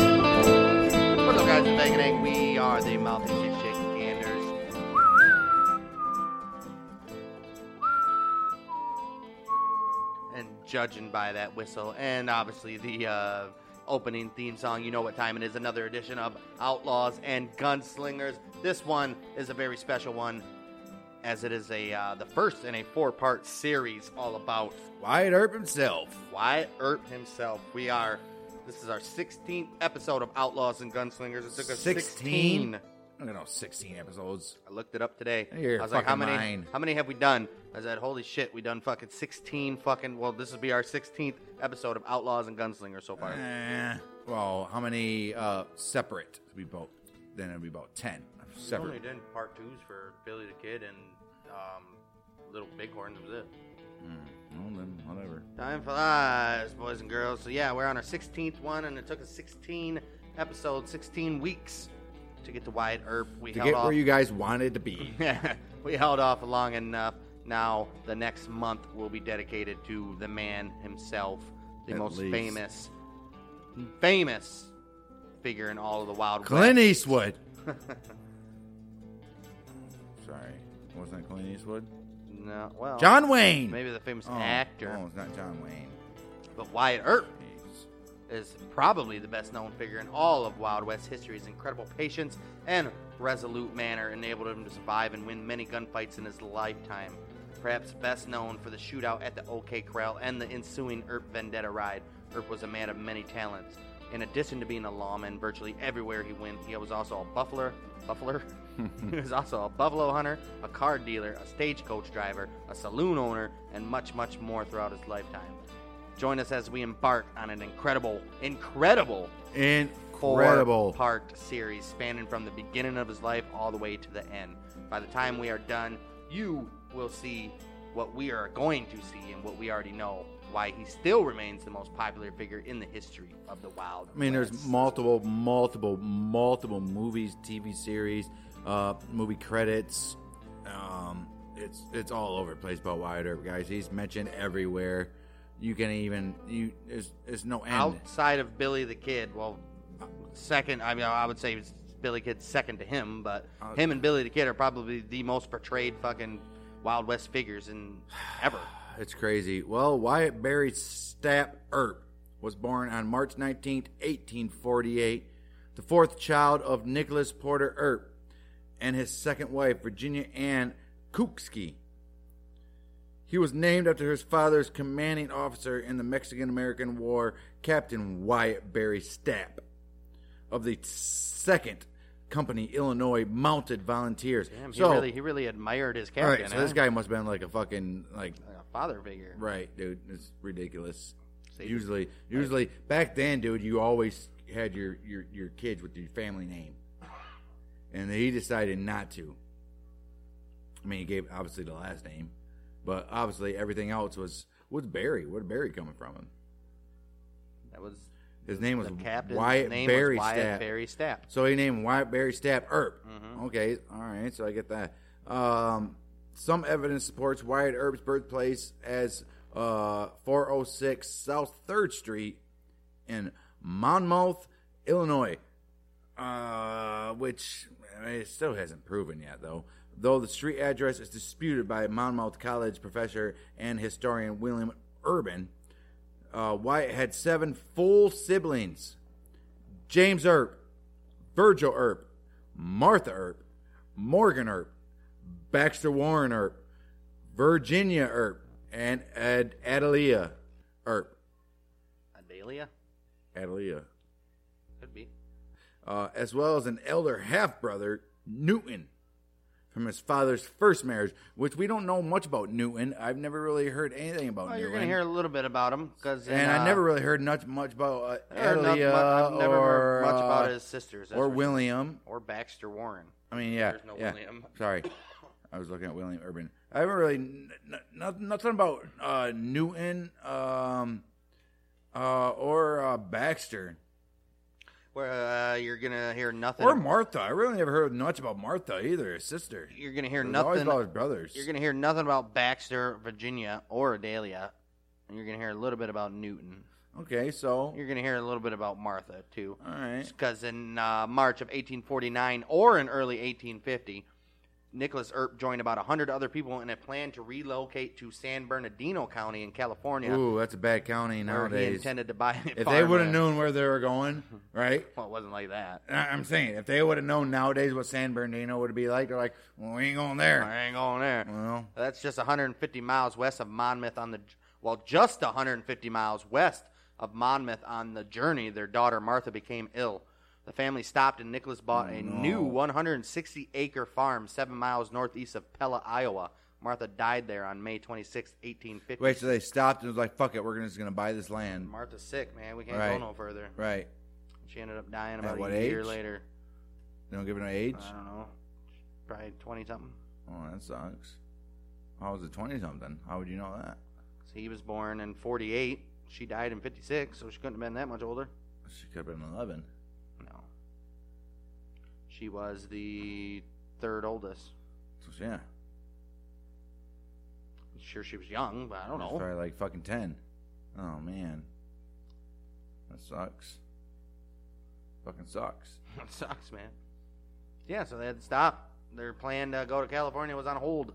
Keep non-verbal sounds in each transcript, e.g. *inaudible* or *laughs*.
What's up, guys? It's Bang Bang. We are the Mouthy Shake Shake Scanders. And judging by that whistle and obviously the uh, opening theme song, you know what time it is. Another edition of Outlaws and Gunslingers. This one is a very special one, as it is a uh, the first in a four part series all about Wyatt Earp himself. Wyatt Earp himself. We are. This is our 16th episode of Outlaws and Gunslingers. It took us 16. 16? I don't know, 16 episodes. I looked it up today. You're I was like, how fucking many? lying. How many have we done? I said, holy shit, we done fucking 16 fucking. Well, this would be our 16th episode of Outlaws and Gunslingers so far. Eh, well, how many uh, separate? It'd be about, then it'd be about 10 We only separate. did part twos for Billy the Kid and um, Little Bighorn. That was it. Well, then, whatever. Time flies, boys and girls. So yeah, we're on our 16th one, and it took us 16 episodes, 16 weeks to get to Wyatt Earp. We To held get off. where you guys wanted to *laughs* be. *laughs* we held off long enough. Now the next month will be dedicated to the man himself, the At most least. famous, famous figure in all of the Wild Clint West. *laughs* Eastwood. Sorry. Wasn't that Clint Eastwood? No, well, E- John Wayne. maybe the famous Oh, actor, Oh, it's not John Wayne. but Wyatt Earp Jeez. is probably the best known figure in all of Wild West history. His incredible patience and resolute manner enabled him to survive and win many gunfights in his lifetime. Perhaps best known for the shootout at the OK Corral and the ensuing Earp Vendetta ride, Earp was a man of many talents. In addition to being a lawman virtually everywhere he went, he was also a buffler, buffler. he was also a buffalo hunter, a car dealer, a stagecoach driver, a saloon owner, and much, much more throughout his lifetime. Join us as we embark on an incredible, incredible Incredible. four-part series spanning from the beginning of his life all the way to the end. By the time we are done, you will see what we are going to see and what we already know. Why he still remains the most popular figure in the history of the Wild. I mean, there's West. multiple, multiple, multiple movies, TV series, uh, movie credits. Um, it's it's all over the place about Wyatt Earp, guys. He's mentioned everywhere. You can even you there's there's no end. outside of Billy the Kid. Well, second, I mean, I would say it's Billy Kid's second to him, but Uh, him and Billy the Kid are probably the most portrayed fucking Wild West figures in ever. It's crazy. Well, Wyatt Barry Stapp Earp was born on March 19th, 1848, the fourth child of Nicholas Porter Earp and his second wife, Virginia Ann Kukski. He was named after his father's commanding officer in the Mexican American War, Captain Wyatt Barry Stapp of the 2nd Company Illinois Mounted Volunteers. Damn, he so, really he really admired his all character. right, so this guy must have been like a fucking like like a father figure. Right, dude. It's ridiculous. See? Usually, usually back then, dude, you always had your your your kids with your family name, and he decided not to. I mean, he gave obviously the last name, but obviously everything else was was Barry. Where Barry coming from? That was His name was the captain's Wyatt name Barry was Wyatt Stapp. Barry Stapp. So he named Wyatt Barry Stapp Earp. Okay, all right, so I get that. Um, some evidence supports Wyatt Earp's birthplace as uh, 406 South 3rd Street in Monmouth, Illinois, uh, which I mean, it still hasn't proven yet, though. Though the street address is disputed by Monmouth College professor and historian William Urban, uh, Wyatt had seven full siblings James Earp, Virgil Earp, Martha Earp, Morgan Earp, Baxter Warren Earp, Virginia Earp, and Ad- Adelia Earp. Adelia? Adelia. Could be. Uh, as well as an elder half brother, Newton. from his father's first marriage, which we don't know much about Newton. I've never really heard anything about Well, Oh, you're Newton. going to hear a little bit about him because and I never really heard much, much about uh, heard nothing Elia about- I've never or heard much about uh, his sisters that's or for sure. William. or Baxter Warren. I mean, yeah, There's no yeah. William. Sorry, I was looking at William Urban. I haven't really n- n- nothing about uh, Newton um, uh, or uh, Baxter Where uh, you're going to hear nothing. or Martha. I really never heard much about Martha either, his sister. you're going to hear It was always nothing. about his brothers. You're going to hear nothing about Baxter, Virginia, or Adalia. And you're going to hear a little bit about Newton. okay, so You're going to hear a little bit about Martha, too. all right, Because in uh, March of 1849 or in early 1850, Nicholas Earp joined about 100 other people in a plan to relocate to San Bernardino County in California, ooh, that's a bad county where he nowadays. intended to buy If they would have known where they were going, Mm-hmm. right? Well, it wasn't like that. I- I'm saying if they would have known nowadays what San Bernardino would be like, they're like, well, we ain't going there. I ain't going there. Well, That's just 150 miles west of Monmouth on the well, just 150 miles west of Monmouth on the journey. Their daughter Martha became ill. The family stopped, and Nicholas bought a new 160-acre farm seven miles northeast of Pella, Iowa. Martha died there on May 26, 1850. wait, so they stopped and was like, fuck it, we're just gonna buy this land, Martha's sick, man. We can't go Right. no further. right? She ended up dying about what a year age? later. They don't give it an age. I don't know, probably 20 something. Oh, that sucks. I was a twenty something. How would you know that? So he was born in 48. She died in 56, so she couldn't have been that much older. She could have been eleven. No. She was the third oldest. So yeah, Sure, she was young, but I don't She's know. probably like fucking ten. Oh man, that sucks. Fucking sucks. *laughs* It sucks, man. Yeah, so they had to stop. Their plan to go to California was on hold.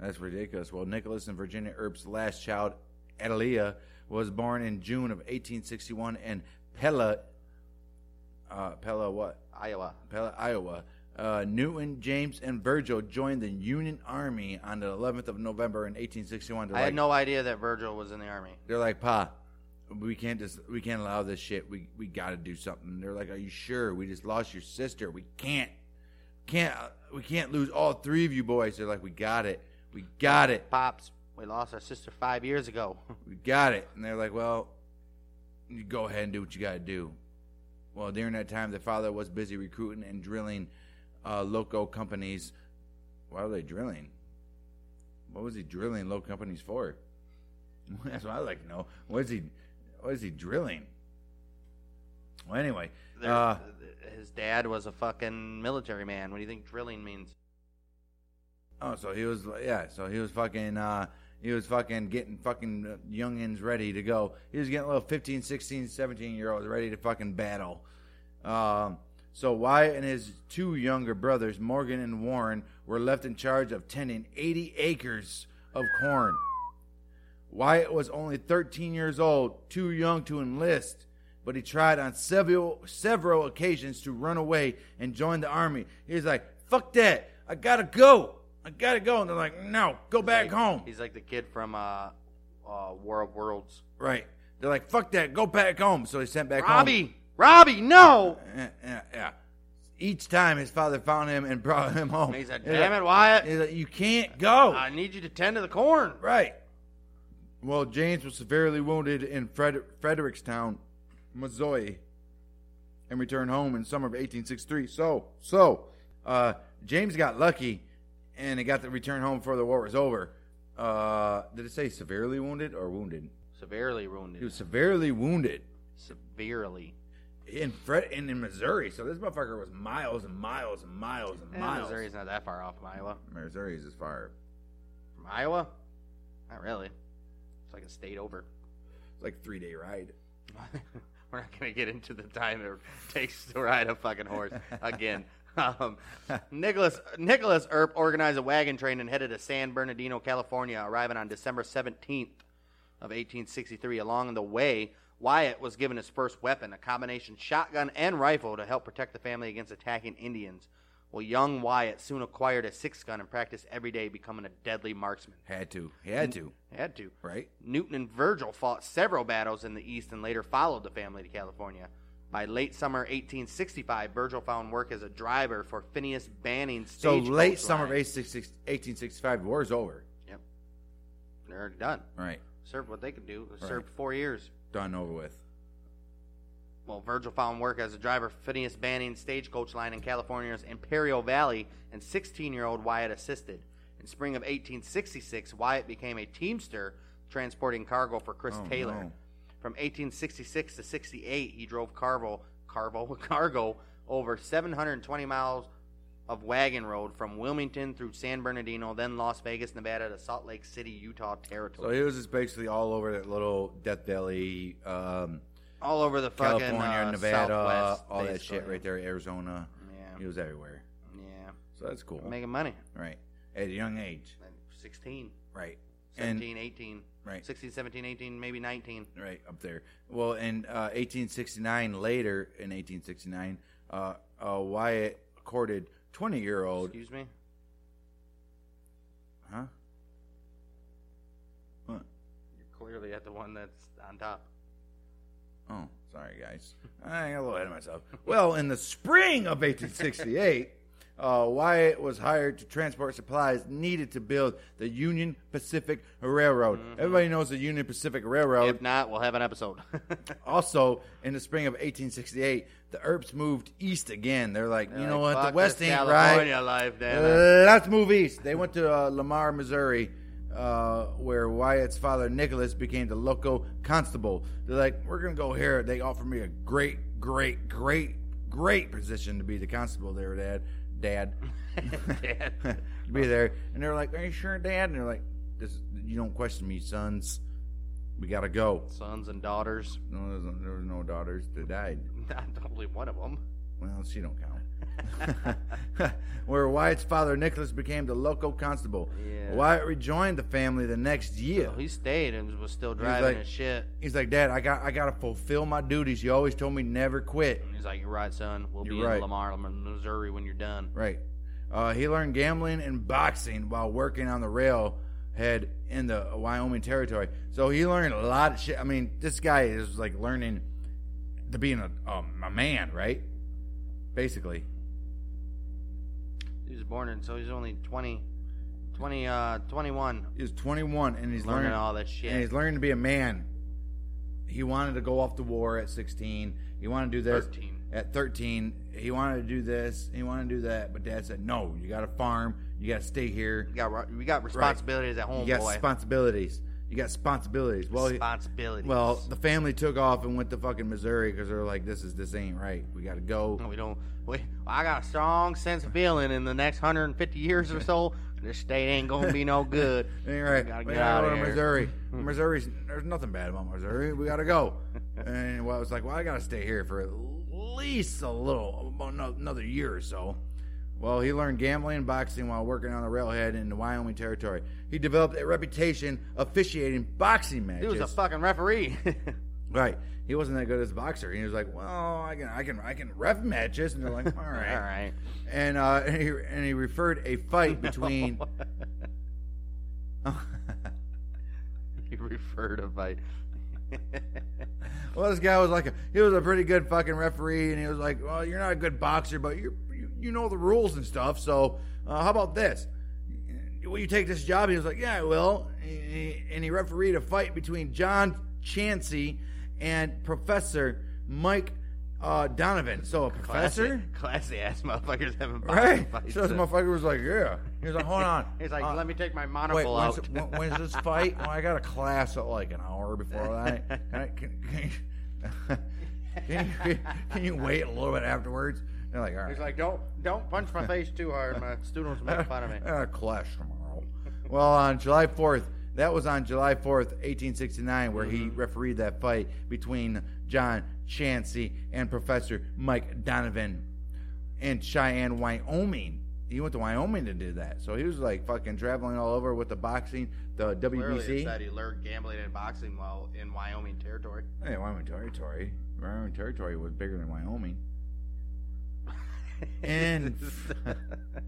That's ridiculous. Well, Nicholas and Virginia Earp's last child, Adelia, was born in June of 1861 in Pella, uh, Pella what? Iowa. Pella, Iowa. Uh, Newton, James, and Virgil joined the Union Army on the 11th of November in 1861. They're I had like, no idea that Virgil was in the army. They're like, Pa, we can't just, we can't allow this shit. We, we got to do something. They're like, Are you sure? We just lost your sister. We can't, can't, we can't lose all three of you boys. They're like, We got it. We got it. Pops, we lost our sister five years ago. *laughs* we got it. And they're like, well, you go ahead and do what you got to do. Well, during that time, their father was busy recruiting and drilling uh, loco companies. Why were they drilling? What was he drilling low companies for? *laughs* That's what I like to know. What is he? What is he drilling? Well, anyway, Their- uh, his dad was a fucking military man. What do you think drilling means? Oh, so he was yeah, so he was fucking uh he was fucking getting fucking youngins ready to go. He was getting little 15, 16, 17 year olds ready to fucking battle. Um so Wyatt and his two younger brothers, Morgan and Warren, were left in charge of tending 80 acres of corn. Wyatt was only 13 years old, too young to enlist, but he tried on several several occasions to run away and join the army. He was like, "Fuck that! I gotta go! I gotta go!" And they're like, "No, go back Like, home!" He's like the kid from uh, uh, War of Worlds. Right? They're like, "Fuck that! Go back home!" So he sent back Robbie! Robbie, no! home. Yeah, yeah, yeah. Each time his father found him and brought him home. And he said, damn it, Wyatt. He's like, "You can't go!" I need you to tend to the corn. Right. Well, James was severely wounded in Fred- Frederickstown, Missouri, and returned home in summer of 1863. So, so, uh, James got lucky and he got to return home before the war was over. Uh, did it say severely wounded or wounded? Severely He wounded. was severely wounded Severely. in Fred and in Missouri. So this motherfucker was miles and miles and miles and Eh, miles. Missouri's not that far off from Iowa. Missouri is as far. From Iowa? Not really. It's like a state over. It's like three day ride. *laughs* We're not going to get into the time it takes to ride a fucking horse again. Um, Nicholas Nicholas Earp organized a wagon train and headed to San Bernardino, California, arriving on December 17th of 1863. Along the way, Wyatt was given his first weapon, a combination shotgun and rifle, to help protect the family against attacking Indians. Well, young Wyatt soon acquired a six gun and practiced every day, becoming a deadly marksman. Had to. He had to. He had to. Right. Newton and Virgil fought several battles in the East and later followed the family to California. By late summer 1865, Virgil found work as a driver for Phineas Banning's So stage. late summer of 1866 1865, the war's over. Yep. They're already done. All right, Served what they could do. They Right. Served four years. done over with. Well, Virgil found work as a driver for Phineas Banning's stagecoach line in California's Imperial Valley, and 16 year old Wyatt assisted. In spring of 1866, Wyatt became a teamster transporting cargo for Chris Oh, Taylor. no. From 1866 to 68, he drove cargo, cargo, *laughs* cargo over 720 miles of wagon road from Wilmington through San Bernardino, then Las Vegas, Nevada to Salt Lake City, Utah So territory. he was just basically all over that little Death Valley, um, All over the fucking California, uh, Nevada, Southwest, all that basically. shit right there, Arizona. He Yeah, was everywhere. yeah. So that's cool. Making money. Right. At a young age. Like 16, Right. And- 17, 18. Right. 16, 17, 18, maybe 19. Right up there. Well, in uh, 1869, later in 1869, uh, uh, Wyatt courted 20 year old. Excuse me? Huh? What? You're clearly at the one that's on top. Oh, sorry, guys. I got a little ahead of myself. Well, in the spring of 1868, uh, Wyatt was hired to transport supplies needed to build the Union Pacific Railroad. Everybody knows the Union Pacific Railroad. If not, we'll have an episode. *laughs* Also, in the spring of 1868, the Earps moved east again. They're like, you know Like, what? The fuck West this ain't California right. life, damn it. Let's move east. They went to uh, Lamar, Missouri, uh, where Wyatt's father Nicholas became the local constable. They're like, we're gonna go here. They offered me a great, great, great, great position to be the constable there, Dad. Dad, Uh. *laughs* Dad. *laughs* to be there. And they're like, are you sure, Dad? And they're like, this, you don't question me, sons. We gotta go. Sons and daughters. *laughs* No, there's no- there were no daughters that died. Not only one of them. Well, she don't count. *laughs* Where Wyatt's father Nicholas became the local constable. Yeah. Wyatt rejoined the family the next year. Well, he stayed and was still driving like- his shit. He's like, Dad, I got I gotta fulfill my duties. You always told me never quit. And he's like, You're right, son. We'll You're be right. in Lamar, Missouri when you're done. Right. Uh, he learned gambling and boxing while working on the railhead in the Wyoming territory. So he learned a lot of shit. I mean, this guy is like learning to being a, um, a man, right? Basically. He was born in, so he's only 20, 20 uh, 21. He's 21 and he's He's learning learning all this shit. and he's learning to be a man. He wanted to go off to war at 16. He wanted to do this 13. at 13. He wanted to do this. He wanted to do that. But dad said, "No, you got to farm. You got to stay here. we got, we got responsibilities at home, you got Oh, boy. responsibilities. You got responsibilities." Well, he, responsibilities. well, the family took off and went to fucking Missouri because they're like, "This is this ain't right. We got to go." *laughs* we don't. We, I got a strong sense of feeling in the next 150 years or so, this state ain't gonna be no *laughs* good. All right, We gotta we get gotta out go of to here. Hmm. Missouri. Missouri's there's nothing bad about Missouri. We gotta *laughs* go. and well, I was like, well, I gotta stay here for at least a little, about ano- another year or so. Well, he learned gambling and boxing while working on the railhead in the Wyoming territory. He developed a reputation officiating boxing He matches. was a fucking referee. *laughs* right. He wasn't that good as a boxer. He was like, well, I can, I can, I can ref matches, and they're like, *laughs* all All right. right. And uh, *laughs* and he and he referred a *laughs* fight between. He referred to *laughs* fight. Well, this guy was like a he was a pretty good fucking referee, and he was like, "Well, you're not a good boxer, but you're, you you know the rules and stuff. So uh, how about this? Will you take this job?" He was like, "Yeah, I will." And he, and he refereed a fight between John Chansey and Professor Mike uh, Donovan. So a professor, classy ass motherfuckers having boxing right? fights. So this motherfucker was like, "Yeah." He was like, "Hold on." *laughs* He's like, Uh, let me take my Wait, monocle when's, out. when- when's this fight? Well, I got a class at like an hour before that. Can, *laughs* I, can, can, you, can, you, can you wait a little bit afterwards? They're like, all right. He's like, don't don't punch *laughs* my face too hard. My students make fun of me. I got a class tomorrow. well, on July 4th, that was on July 4th, 1869, where he Mm-hmm. refereed that fight between John Chansey and Professor Mike Donovan in Cheyenne, Wyoming. He went to Wyoming to do that. So he was like fucking traveling all over with the boxing, the Clearly, WBC. it's that he learned gambling and boxing while in Wyoming territory. Hey, Wyoming territory. Wyoming territory was bigger *laughs* than Wyoming. And *laughs*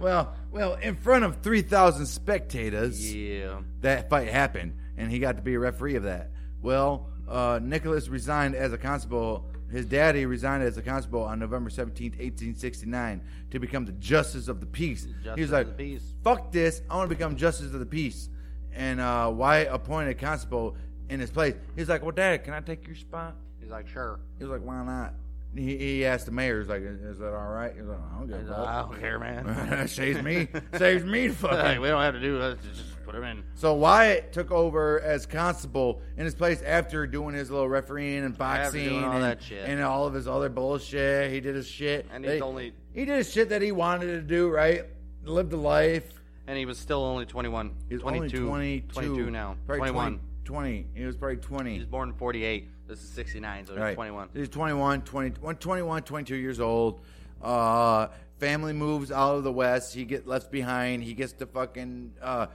well, well, in front of three thousand spectators, Yeah. that fight happened, and he got to be a referee of that. Well, uh, Nicholas resigned as a constable His daddy resigned as a constable on November 17, 1869, to become the Justice of the Peace. he Justice was of like, the peace. fuck this, I want to become Justice of the Peace. And uh, Wyatt appointed a constable in his place. He's like, well, Dad, can I take your spot? He's like, sure. He was like, why not? He, he asked the mayor, he's like, is is that all right? He was like, I don't give He's a like, fuck. I don't care, man. *laughs* saves me, saves me like, fucking. we don't have to do this. Just put him in. *laughs* So Wyatt took over as constable in his place after doing his little refereeing After and boxing doing all and, that shit. and all of his other bullshit. He did his shit, And he's They- only- he did his shit that he wanted to do. Right, lived a life. And he was still only 21. He's 22, only 22, 22 now. Probably 21. 20, 20. He was probably He was 20. born in 48. This is 69, so he's Right. 21. He's 21, 20, 21, 22 years old. Uh, family moves out of the West. He gets left behind. He gets to fucking uh,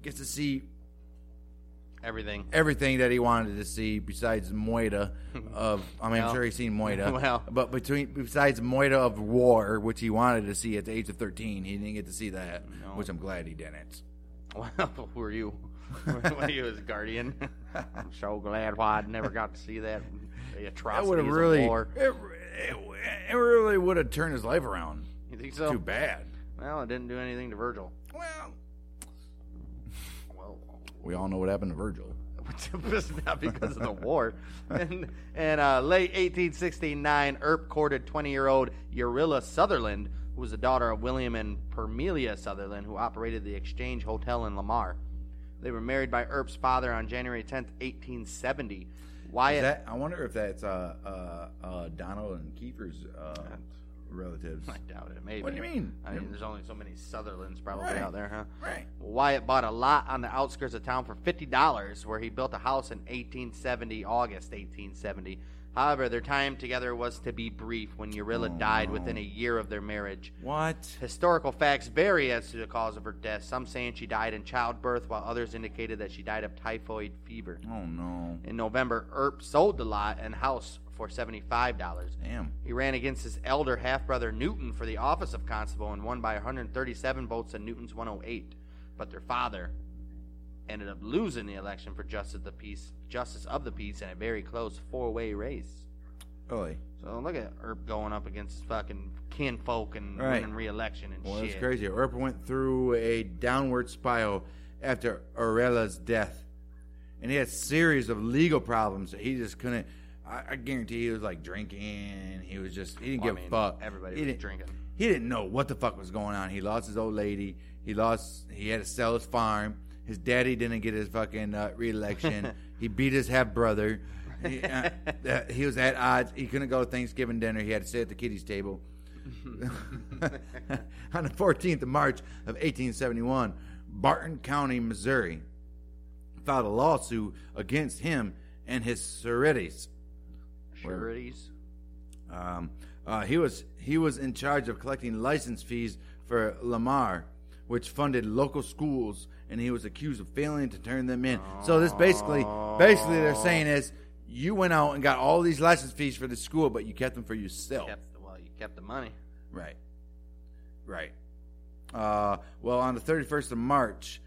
gets to see Everything. *laughs* everything that he wanted to see besides Moida of I mean Well. I'm sure he's seen Moida. Well. But between besides Moida of War, which he wanted to see at the age of thirteen, he didn't get to see that. Which I'm glad he didn't. Well, who are you? *laughs* what are you, his *laughs* guardian? I'm so glad why I never got to see that. The That atrocities would have of really it, war. it, it really would have turned his life around. You think so? Too bad. Well, it didn't do anything to Virgil. Well Well, we all know what happened to Virgil. *laughs* it's not because of the war. And, and uh, late 1869, Earp courted 20-year-old Eurilla Sutherland, who was the daughter of William and Permelia Sutherland, who operated the Exchange Hotel in Lamar. They were married by Earp's father on January 10th, 1870. Wyatt, Is that I wonder if that's uh uh, uh Donald and Kiefer's uh, relatives. I doubt it. Maybe. What do you mean? I mean, there's only so many Sutherlands probably Right. out there, huh? Right. Wyatt bought a lot on the outskirts of town for fifty dollars, where he built a house in 1870, August 1870. However, their time together was to be brief when Urilla died within a year of their marriage. What? Historical facts vary as to the cause of her death. Some saying she died in childbirth, while others indicated that she died of typhoid fever. Oh no. In November, Earp sold the lot and house for seventy-five dollars. Damn. He ran against his elder half brother Newton for the office of constable and won by 137 votes and Newton's 108. But their father ended up losing the election for justice of the peace, justice of the peace, in a very close four-way race. Really? So look at Earp going up against his fucking kinfolk and Right. winning re-election and Well, shit. that's crazy. Earp went through a downward spiral after Aurella's death, and he had a series of legal problems that he just couldn't. I, I guarantee he was like drinking. He was just he didn't Well, I give mean, a fuck. everybody he was didn't- drinking. He didn't know what the fuck was going on. He lost his old lady. He lost. He had to sell his farm. His daddy didn't get his fucking uh, reelection. he beat his half brother. He, uh, *laughs* uh, he was at odds. He couldn't go to Thanksgiving dinner. He had to sit at the kiddies' table. *laughs* on the 14th of March of 1871, Barton County, Missouri, filed a lawsuit against him and his sureties. Sureties. Um, uh, he was he was in charge of collecting license fees for Lamar, which funded local schools, and he was accused of failing to turn them in. So this basically basically they're saying is you went out and got all these license fees for the school, but you kept them for yourself. Kept, well, you kept the money. Right. Right. Uh, well, on the 31st of March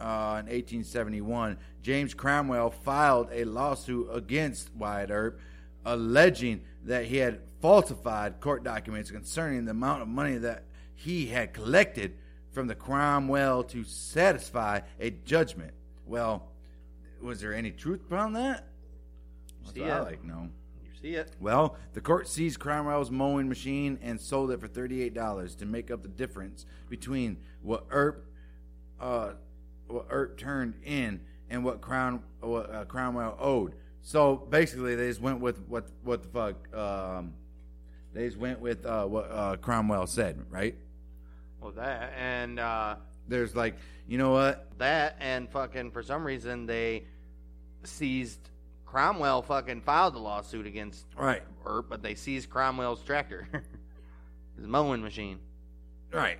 uh, in 1871, James Cromwell filed a lawsuit against Wyatt Earp, alleging that he had falsified court documents concerning the amount of money that he had collected from the Cromwell to satisfy a judgment. Well, was there any truth behind that? That's See what I it. like no. You see it? Well, the court seized Cromwell's mowing machine and sold it for thirty-eight dollars to make up the difference between what Earp, uh, what Earp turned in and what Crown what uh, Cromwell owed. So basically, they just went with what what the fuck. Um, they just went with uh, what uh, Cromwell said, right? Well, that and uh, There's like, you know what? that and fucking for some reason they seized Cromwell fucking filed the lawsuit against All right, Earp, but they seized Cromwell's tractor, *laughs* his mowing machine. Right.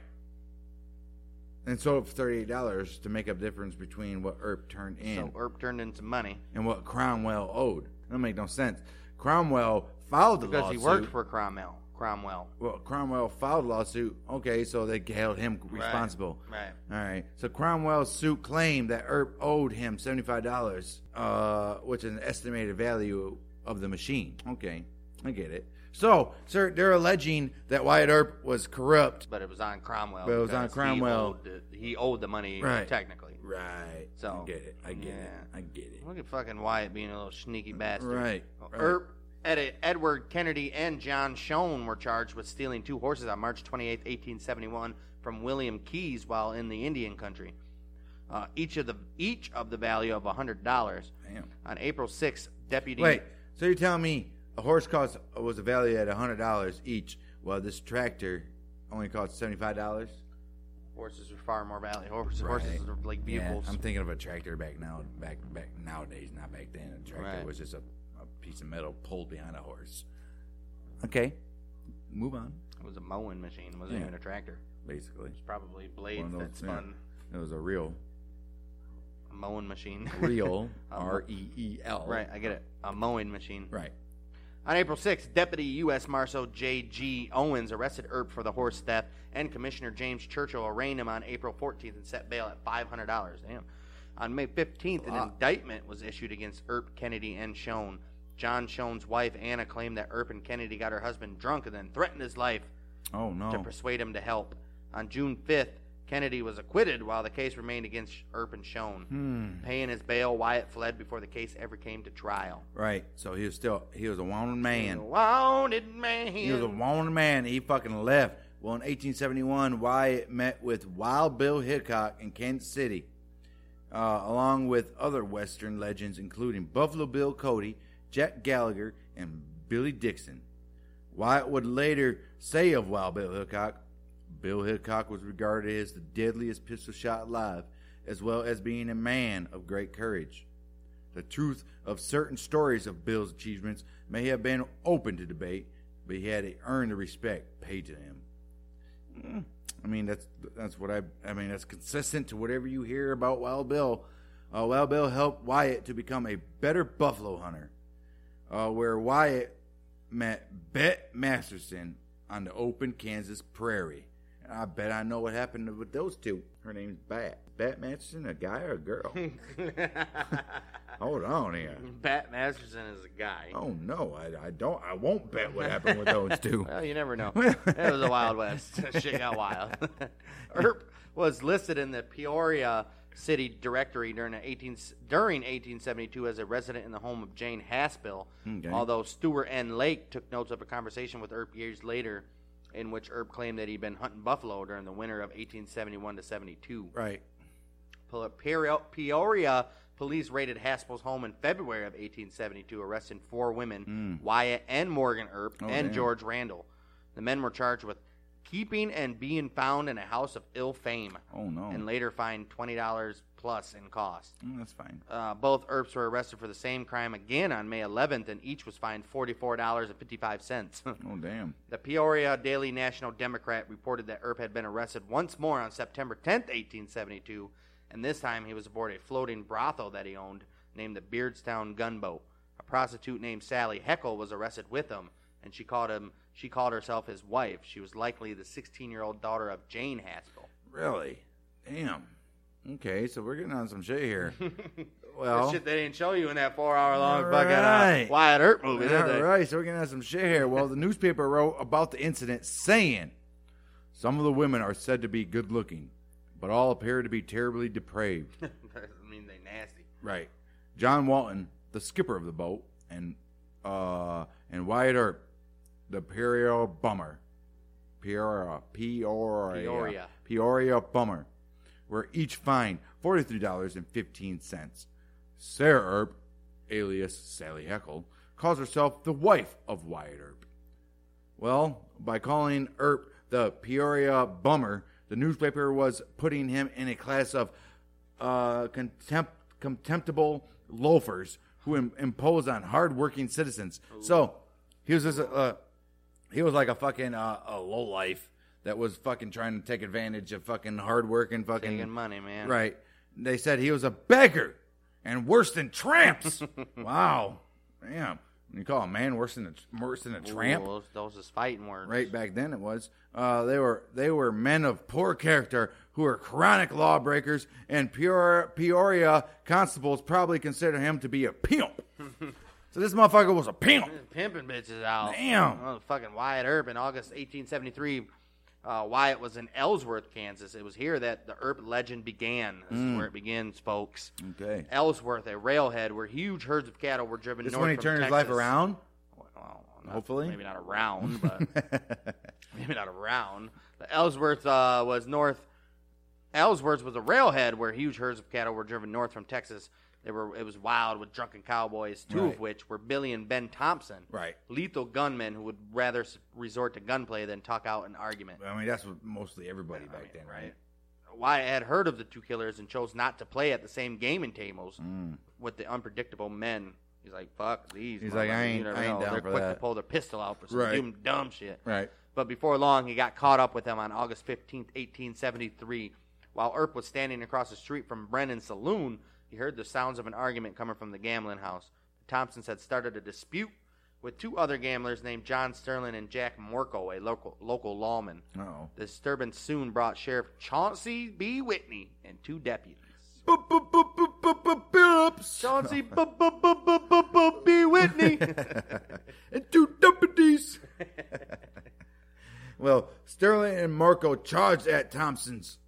And sold it for thirty-eight dollars to make up the difference between what Earp turned in. So Earp turned in some money and what Cromwell owed. That make no sense. Cromwell filed the because lawsuit. he worked for Cromwell. Cromwell, well, Cromwell filed a lawsuit. Okay, so they held him responsible. right? All right. So Cromwell's suit claimed that Earp owed him seventy-five dollars, uh, which is an estimated value of the machine. Okay. I get it. So, sir, they're alleging that Wyatt Earp was corrupt. but it was on Cromwell. But it was on because he Cromwell. owed the- He owed, the money Right. technically. Right. So, I get it. I get it. yeah. I get it. Look at fucking Wyatt being a little sneaky bastard. Right. Well, right. Earp, Er, Ed, Edward Kennedy, and John Schoen were charged with stealing two horses on March 28, 1871, from William Keyes while in the Indian country. Uh, each of the each of the value of hundred dollars. Damn. On April 6th, deputy. Wait. So you're telling me a horse cost uh, was valued at hundred dollars each, while this tractor only cost seventy five dollars? Horses are far more valuable. Horses, Right. horses are like vehicles. I'm thinking of a tractor back now, back back nowadays, not back then. A tractor Right. was just a, a piece of metal pulled behind a horse. Okay, move on. It was a mowing machine. It wasn't Yeah. even a tractor. Basically, It's probably One blades of that those- yeah. spun. it was a real, A mowing machine. real Um, R E E L. *laughs* right, I get it. A mowing machine. right. On April 6th, Deputy U.S. Marshal J.G. Owens arrested Earp for the horse theft, and Commissioner James Churchill arraigned him on April 14th and set bail at $500. Damn. On May 15th, an Wow. indictment was issued against Earp, Kennedy, and Schoen. John Schoen's wife, Anna, claimed that Earp and Kennedy got her husband drunk and then threatened his life Oh no. to persuade him to help. On June 5th, Kennedy was acquitted while the case remained against Earp and Schoen. Hmm. Paying his bail, Wyatt fled before the case ever came to trial. Right. So he was still he was a wanted man. Wanted man. He was a wanted man. He fucking left. Well, in 1871, Wyatt met with Wild Bill Hickok in Kansas City, uh, along with other Western legends, including Buffalo Bill Cody, Jack Gallagher, and Billy Dixon. Wyatt would later say of Wild Bill Hickok, Bill Hickok was regarded as the deadliest pistol shot alive, as well as being a man of great courage. The truth of certain stories of Bill's achievements may have been open to debate, but he had earned the respect paid to him. Mm, I mean, that's that's what I I mean that's consistent to whatever you hear about Wild Bill. Uh, Wild Bill helped Wyatt to become a better buffalo hunter, uh, where Wyatt met Bet Masterson on the open Kansas prairie. And I bet I know what happened with those two. Her name's Bat. Bat Masterson, a guy or a girl? Hold on here. *laughs* Pat Masterson is a guy. Oh no, I, I don't. I won't bet what happened with those *laughs* two. Well, you never know. *laughs* It was a Wild West. *laughs* Shit got wild. Earp was listed in the Peoria City Directory during, the 18, during 1872 as a resident in the home of Jane Haspel, Okay. although Stewart N. Lake took notes of a conversation with Earp years later in which Earp claimed that he'd been hunting buffalo during the winter of 1871 to 72. Right. Pe- Peoria, Peoria police raided Haspel's home in February of 1872, arresting four women, Wyatt and Morgan Earp Hmm. Oh, and damn. George Randall. The men were charged with keeping and being found in a house of ill fame Oh no. and later fined $20 plus in cost. Mm, that's fine. Uh, both Earps were arrested for the same crime again on May 11th, and each was fined *laughs* $44.55. Oh damn. The Peoria Daily National Democrat reported that Earp had been arrested once more on September 10th, 1872, and this time he was aboard a floating brothel that he owned named the Beardstown Gunboat. A prostitute named Sally Heckle was arrested with him, and she called him she called herself his wife. She was likely the 16-year-old daughter of Jane Haskell. Really? Damn. Okay, so we're getting on some shit here. well, Shit they didn't show you in that 4-hour long fucking uh, Oh. Right. Wyatt Earp movie, did All they? right, so we're gonna have some shit here. Well, the newspaper wrote about the incident, saying some of the women are said to be good looking, but all appear to be terribly depraved. *laughs* I mean, they nasty. right. John Walton, the skipper of the boat, and uh, and Wyatt Earp, the Peoria bummer, Peoria, Peoria, Peoria. Peoria bummer, were each fined forty three dollars and fifteen cents. Sarah Earp, alias Sally Heckle, calls herself the wife of Wyatt Earp. Well, by calling Earp the Peoria bummer, the newspaper was putting him in a class of uh, contempt, contemptible loafers who Im- impose on hardworking citizens. So he was just a, uh, he was like a fucking uh, a low life that was fucking trying to take advantage of fucking hardworking fucking Taking money, man. Right. They said he was a beggar and worse *laughs* than tramps. wow. Damn. You call a man worse than a, worse than a Ooh, tramp? Those, those is fighting words. Right back then it was. Uh, they were they were men of poor character who were chronic lawbreakers, and Peoria, Peoria constables probably consider him to be a pimp. So this motherfucker was a pimp. Pimping bitches out. Damn. Motherfucking Wyatt Earp in August 1873. Uh, Wyatt was in Ellsworth, Kansas. It was here that the Earp legend began. This Mm. is where it begins, folks. Okay. Ellsworth, a railhead where huge herds of cattle were driven This north when he from turned his Texas. life around. Well, not- Hopefully. maybe not around, *laughs* but maybe not around. But Ellsworth uh, was north. Ellsworth was a railhead where huge herds of cattle were driven north from Texas. They were it was wild with drunken cowboys, two Right. of which were Billy and Ben Thompson, Right. lethal gunmen who would rather s- resort to gunplay than talk out an argument. I mean, that's what mostly everybody back then, right? Wyatt had heard of the two killers and chose not to play at the same game and tables Mm. with the unpredictable men. He's like, "Fuck these." He's like, I motherfuckers, you ain't- never I ain't know. down They're for quick that." to pull their pistol out for some Right. dumb, dumb shit. Right. But before long, he got caught up with them on August 15th, 1873. While Earp was standing across the street from Brennan's saloon, he heard the sounds of an argument coming from the gambling house. The Thompsons had started a dispute with two other gamblers named John Sterling and Jack Morco, a local, local lawman. Oh. The disturbance soon brought Sheriff Chauncey B. Whitney and two deputies. Boop boop boop boop boop boop *laughs* Phillips. Chauncey B. B- B- B- B- B- B. Whitney. *laughs* *laughs* and two deputies. *laughs* well, Sterling and Marco charged at Thompson's.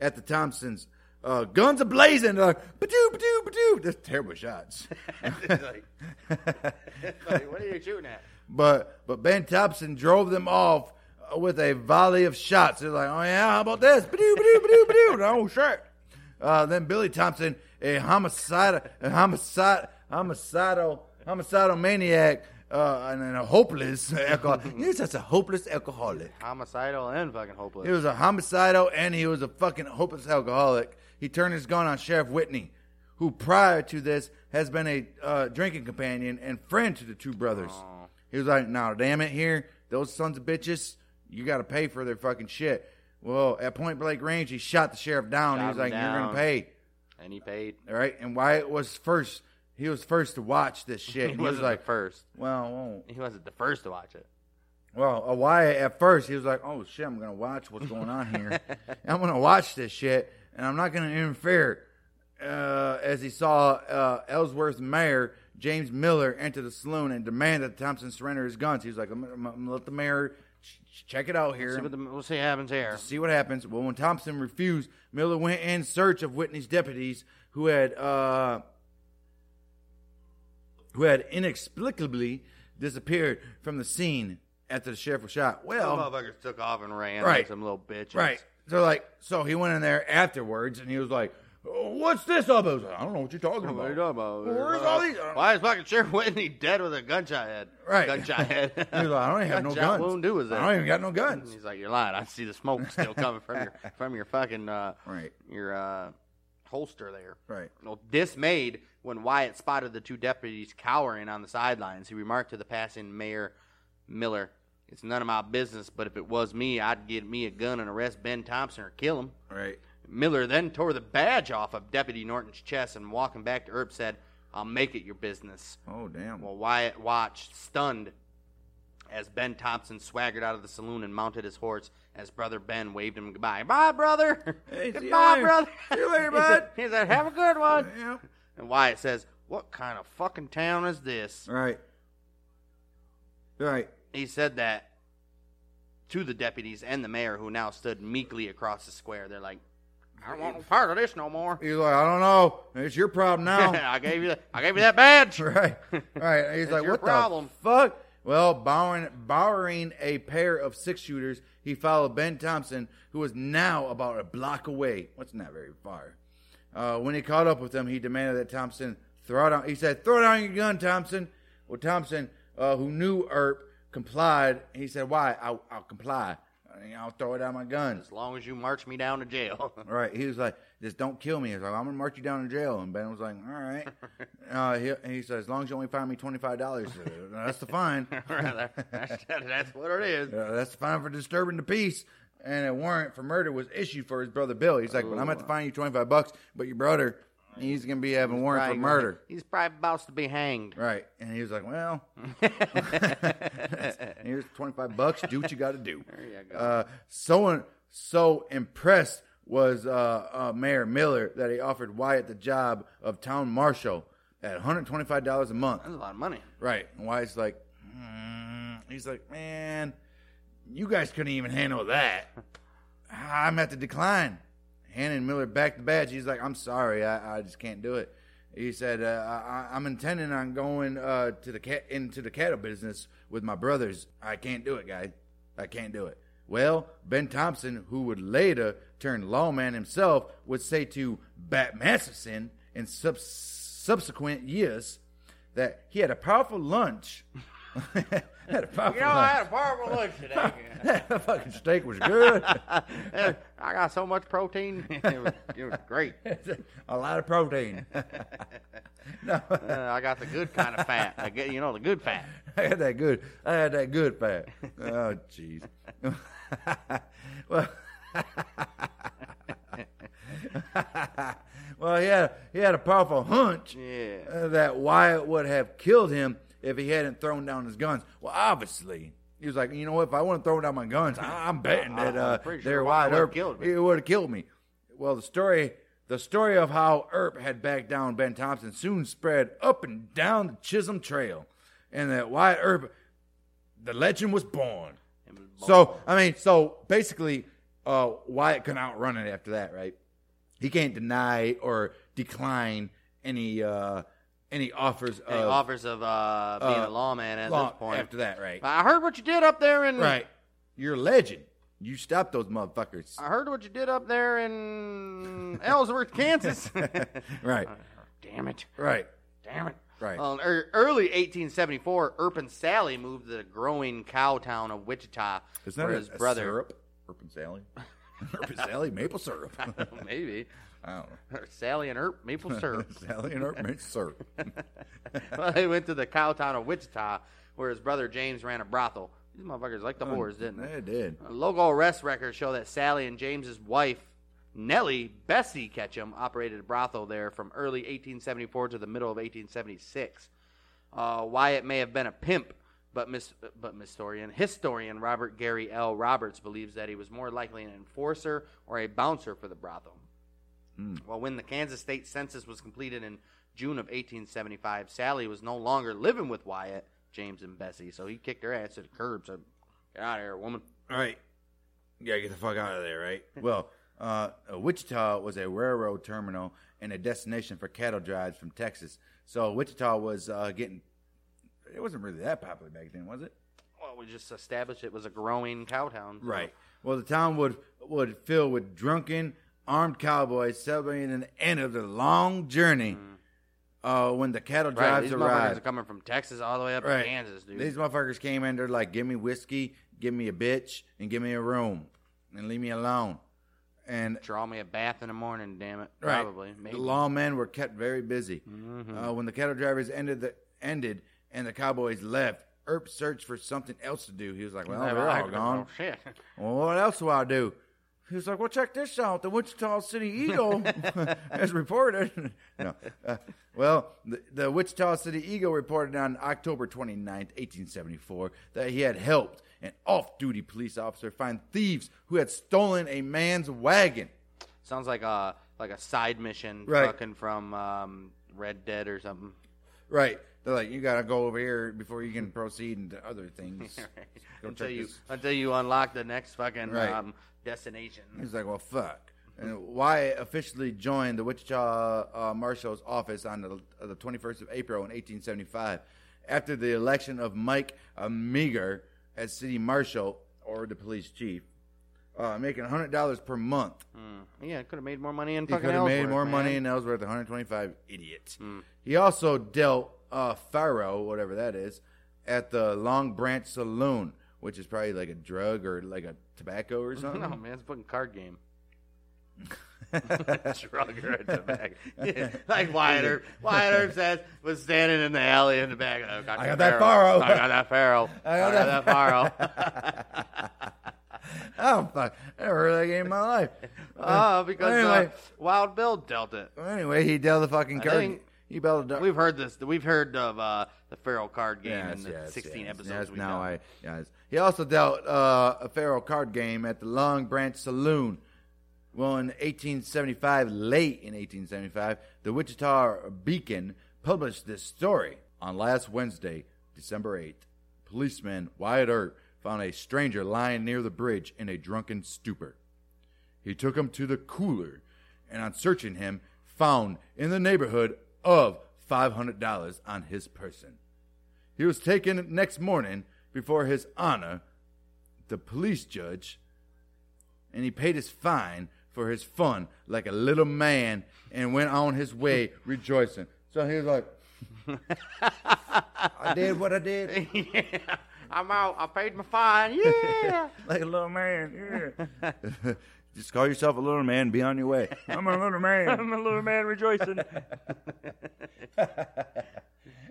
At the Thompsons, uh, guns ablazing. They're like, ba-doo, ba-doo, ba-doo. That's terrible shots. Like, *laughs* like, what are you shooting at? But but Ben Thompson drove them off uh, with a volley of shots. They're like, oh yeah, how about this? Ba-doo, ba-doo, ba-doo, ba-doo. *laughs* No shirt. Uh, then Billy Thompson, a homicide, a homicide, homicidal, homicidal maniac, uh, and, and a hopeless *laughs* alcoholic. He was such a hopeless alcoholic. Homicidal and fucking hopeless. He was a homicidal and he was a fucking hopeless alcoholic. He turned his gun on Sheriff Whitney, who prior to this has been a uh, drinking companion and friend to the two brothers. He was like, "Now, damn it, here those sons of bitches, you got to pay for their fucking shit." Well, at Point Blank Range, he shot the sheriff down. Shot he was him like, "You're down. gonna pay." and he paid. All right, and Wyatt was first. He was first to watch this *laughs* shit. He he was wasn't like, the first. "Well, I won't." He wasn't the first to watch it. Well, uh, Wyatt at first he was like, "Oh shit, I'm gonna watch what's going *laughs* on here. I'm gonna watch this shit, and I'm not gonna interfere." Uh, as he saw uh, Ellsworth's mayor James Miller enter the saloon and demand that Thompson surrender his guns, he was like, "I'm, gonna- I'm gonna let the mayor ch- ch- check it out here." See what the, we'll see what happens here. see what happens. Well, when Thompson refused, Miller went in search of Whitney's deputies, who had uh, who had inexplicably disappeared from the scene after the sheriff was shot. Well, motherfuckers took off and ran. Right. like Some little bitches. Right. So like, so he went in there afterwards, and he was like, "Oh, "What's this up?" I was like, "I don't know what you're talking What are you about." talking about? Where's all these- Why is fucking Sheriff Whitney dead with a gunshot head? Right. *laughs* Gunshot head. He was like, "I don't even have no Gunshot guns. wound, who was I that? don't even got no guns." He's like, you're lying. I see the smoke still coming from your from your fucking uh, *laughs* Right. your uh, holster there. Right. Well, dismayed when Wyatt spotted the two deputies cowering on the sidelines, he remarked to the passing Mayor Miller, "It's none of my business, but if it was me, I'd get me a gun and arrest Ben Thompson or kill him." Right. Miller then tore the badge off of Deputy Norton's chest and walking back to Earp said, I'll make it your business. Oh damn. Well, Wyatt watched, stunned, as Ben Thompson swaggered out of the saloon and mounted his horse as brother Ben waved him goodbye. Bye, brother. *laughs* Hey, see you goodbye, later. brother. See you *laughs* later, He said- bud. He said, have a good one. yeah. And Wyatt says, what kind of fucking town is this? Right. Right. He said that to the deputies and the mayor who now stood meekly across the square. They're like, I don't want no part of this no more. He's like, "I don't know. It's your problem now." *laughs* I gave you that. I gave you that badge. *laughs* Right. Right. He's It's like, your what problem." the fuck? Well, borrowing, borrowing a pair of six shooters, he followed Ben Thompson, who was now about a block away. What's not very far. Uh, when he caught up with him, he demanded that Thompson throw down. He said, "Throw down your gun, Thompson." Well, Thompson, uh, who knew Earp, complied. He said, "Why? I'll, I'll comply. I'll throw down my gun." As long as you march me down to jail. *laughs* All right. He was like, just don't kill me. He's like, I'm gonna march you down to jail. And Ben was like, all right. Uh, he, he said, as long as you only find me twenty five dollars, that's the fine. Uh, Rather, that's, that's what it is. that's the fine for disturbing the peace. And a warrant for murder was issued for his brother Bill. He's like, but I'm gonna have to fine you twenty five bucks. But your brother, he's gonna be having a warrant Probably for gonna- murder. He's probably about to be *laughs* hanged. Right. And he was like, well, *laughs* here's 25 bucks. Do what you got *laughs* to do. you go. Uh, so, so impressed was uh, uh, Mayor Miller that he offered Wyatt the job of town marshal. at $125 a month. That's a lot of money. Right. And Wyatt's like, "Mm." he's like, man, you guys couldn't even handle that. I'm at the decline. Hannah and Miller back the badge. He's like, I'm sorry, I, I just can't do it. He said, uh, I, I'm intending on going uh, to the cat into the cattle business with my brothers. I can't do it, guys. I can't do it. Well, Ben Thompson, who would later turn lawman himself, would say to Bat Masterson in sub- subsequent years that he had a powerful lunch. *laughs* had a powerful You know, I lunch. had a horrible lunch today. *laughs* *laughs* that fucking steak was good. *laughs* I got so much protein. *laughs* it, was, it was great. a lot of protein. *laughs* Uh, I got the good kind of fat. I get, you know, the good fat. I had that good. I had that good fat. Oh, jeez. *laughs* well, *laughs* well, he had he had a powerful hunch Yeah. uh, that Wyatt would have killed him if he hadn't thrown down his guns. Well, obviously. He was like, you know what? If I wouldn't throw down my guns, I- I'm betting I- that uh, I'm pretty they're sure wide Wyatt would've Earp. killed me. It would have killed me. Well, the story, the story of how Earp had backed down Ben Thompson soon spread up and down the Chisholm Trail, and that Wyatt Earp, the legend was born. It was So I mean, so basically, uh, Wyatt couldn't outrun it after that, right? He can't deny or decline any uh, any offers of any offers of uh, being uh, a lawman at law this point. after that, right? I heard what you did up there in. Right. You're a legend. You stopped those motherfuckers. I heard what you did up there in *laughs* Ellsworth, Kansas. *laughs* Right. Damn it. Right. Damn it. Right. Well, in ear- early 1874, Earp and Sally moved to the growing cow town of Wichita, Isn't where that his a, a brother, syrup? Herp and Sally. *laughs* Herp and Sally maple syrup. *laughs* I maybe *laughs* don't Sally and Earp *laughs* maple know. syrup. *laughs* Sally and Herp maple syrup. well, they went to the cow town of Wichita, where his brother James ran a brothel. These motherfuckers liked the Oh, whores, didn't they? *laughs* Yeah, It did. Local arrest records show that Sally and James's wife, Nellie Bessie Ketchum, operated a brothel there from early 1874 to the middle of 1876. Uh, Wyatt may have been a pimp, but mis- but historian historian Robert Gary L. Roberts believes that he was more likely an enforcer or a bouncer for the brothel. Well, when the Kansas state census was completed in June of 1875, Sally was no longer living with Wyatt, James, and Bessie, so he kicked her ass to the curb. So, get out of here, woman. All right. You gotta get the fuck out of there, right? *laughs* well, uh, Wichita was a railroad terminal and a destination for cattle drives from Texas. So Wichita was uh, getting. It wasn't really that popular back then, was it? Well, we just established it was a growing cow town. Right. Well, the town would would fill with drunken, armed cowboys celebrating the end of their long journey. Uh, when the cattle Mm. Right, drives these motherfuckers arrived, are coming from Texas all the way up Right. to Kansas, dude. These motherfuckers came in, they're like, give me whiskey, give me a bitch, and give me a room, and leave me alone. And Draw me a bath in the morning, damn it. right, Probably. Maybe. Mm-hmm. Mm. the lawmen were kept very busy. Uh, when the cattle drivers ended, the, ended and the cowboys left, Earp searched for something else to do. He was like, well, Yeah, they're I- all gone. Oh, shit. *laughs* Well, what else do I do? He was like, well, check this out. The Wichita City Eagle *laughs* as reported. *laughs* no. Uh, well, the, the Wichita City Eagle reported on October 29, 1874, that he had helped an off duty police officer find thieves who had stolen a man's wagon. Sounds like a like a side mission Right. fucking from um, Red Dead or something. *laughs* Right. They're like, you got to go over here before you can proceed into other things. Go until check you this until you unlock the next fucking Right. um, destination. He's like, well, fuck. And Wyatt officially joined the Wichita uh, Marshal's office on the, uh, the 21st of April in 1875 after the election of Mike Meager as city marshal or the police chief, uh, making $100 per month. Yeah, could have made more money in He fucking could have made Ellsworth, more man. Mm. money in Ellsworth, 125 idiots. He also dealt uh, Faro, whatever that is, at the Long Branch Saloon, which is probably like a drug or like a tobacco or something. *laughs* *laughs* No, man, it's a fucking card game. *laughs* Drug or a *laughs* tobacco. Yeah, *laughs* like Wyatt Earp. Wyatt Earp says, was standing in the alley in the back. I got, got the that Pharaoh. Pharaoh." I got that *laughs* Pharaoh. I got that Pharaoh. Oh fuck! I never heard that game in my life. *laughs* *laughs* oh, because Anyway. uh, Wild Bill dealt it. Well, anyway, he dealt the fucking I card. think- he dealt the We've heard this. We've heard of uh, the Pharaoh card game in the 16 episodes Yes, we've now done. I yes. He also dealt uh, a Pharaoh card game at the Long Branch Saloon. Well, in 1875, late in 1875, the Wichita Beacon published this story. On last Wednesday, December 8th, policeman Wyatt Earp found a stranger lying near the bridge in a drunken stupor. He took him to the cooler and, on searching him, found in the neighborhood of $500 on his person. He was taken next morning before his honor, the police judge, and he paid his fine for his fun like a little man and went on his way rejoicing. So he was like, I did what I did. *laughs* yeah, I'm out. I paid my *laughs* fine. Yeah. Like a little man, yeah. *laughs* Just call yourself a little man, be on your way. I'm a little man. *laughs* I'm a little man rejoicing.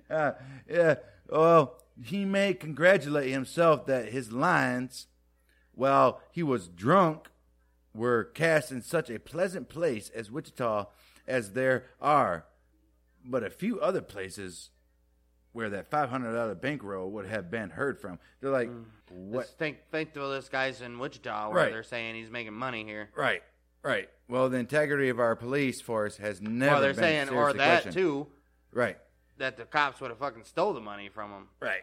Uh, yeah. Well, he may congratulate himself that his lines, while he was drunk, were cast in such a pleasant place as Wichita as there are, but a few other places where that five hundred dollar bankroll would have been heard from. They're like, Mm. what? *laughs* Just think, think of this guy's in Wichita where Right. they're saying he's making money here. Right, right. Well, the integrity of our police force has never. or they're been saying, or seriously that questioned. too, Right, that the cops would have fucking stole the money from him. right.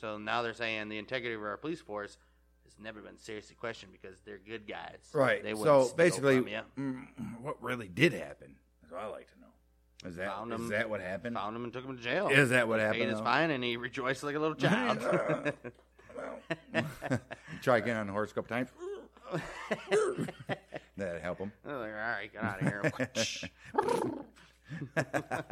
So now they're saying the integrity of our police force has never been seriously questioned because they're good guys. Right. They wouldn't so steal basically, from ya. mm, what really did happen? That's what I like to know. Is that Found is him. that what happened? found him and took him to jail. *laughs* Is that what Paid happened? his though? fine and he rejoiced like a *laughs* little child. You *laughs* Try again on the horse a *laughs* couple times. *laughs* That'd help him. They're like, all right, get out of here. *laughs*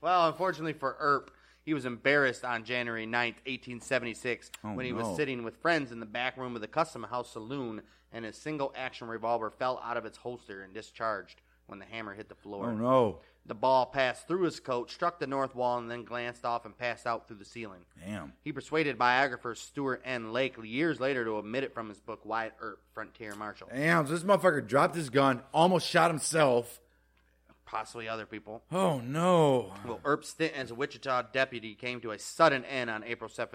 well, unfortunately for Earp, he was embarrassed on January 9th, 1876, Oh, when he no. was sitting with friends in the back room of the Custom House Saloon, and his single action revolver fell out of its holster and discharged when the hammer hit the floor. Oh no! The ball passed through his coat, struck the north wall, and then glanced off and passed out through the ceiling. Damn. He persuaded biographer Stuart N. Lake years later to omit it from his book Wyatt Earp, Frontier Marshal. Damn! So this motherfucker dropped his gun, almost shot himself. Possibly other people. Oh *laughs* no! Well, Earp's stint as a Wichita deputy came to a sudden end on April 7th,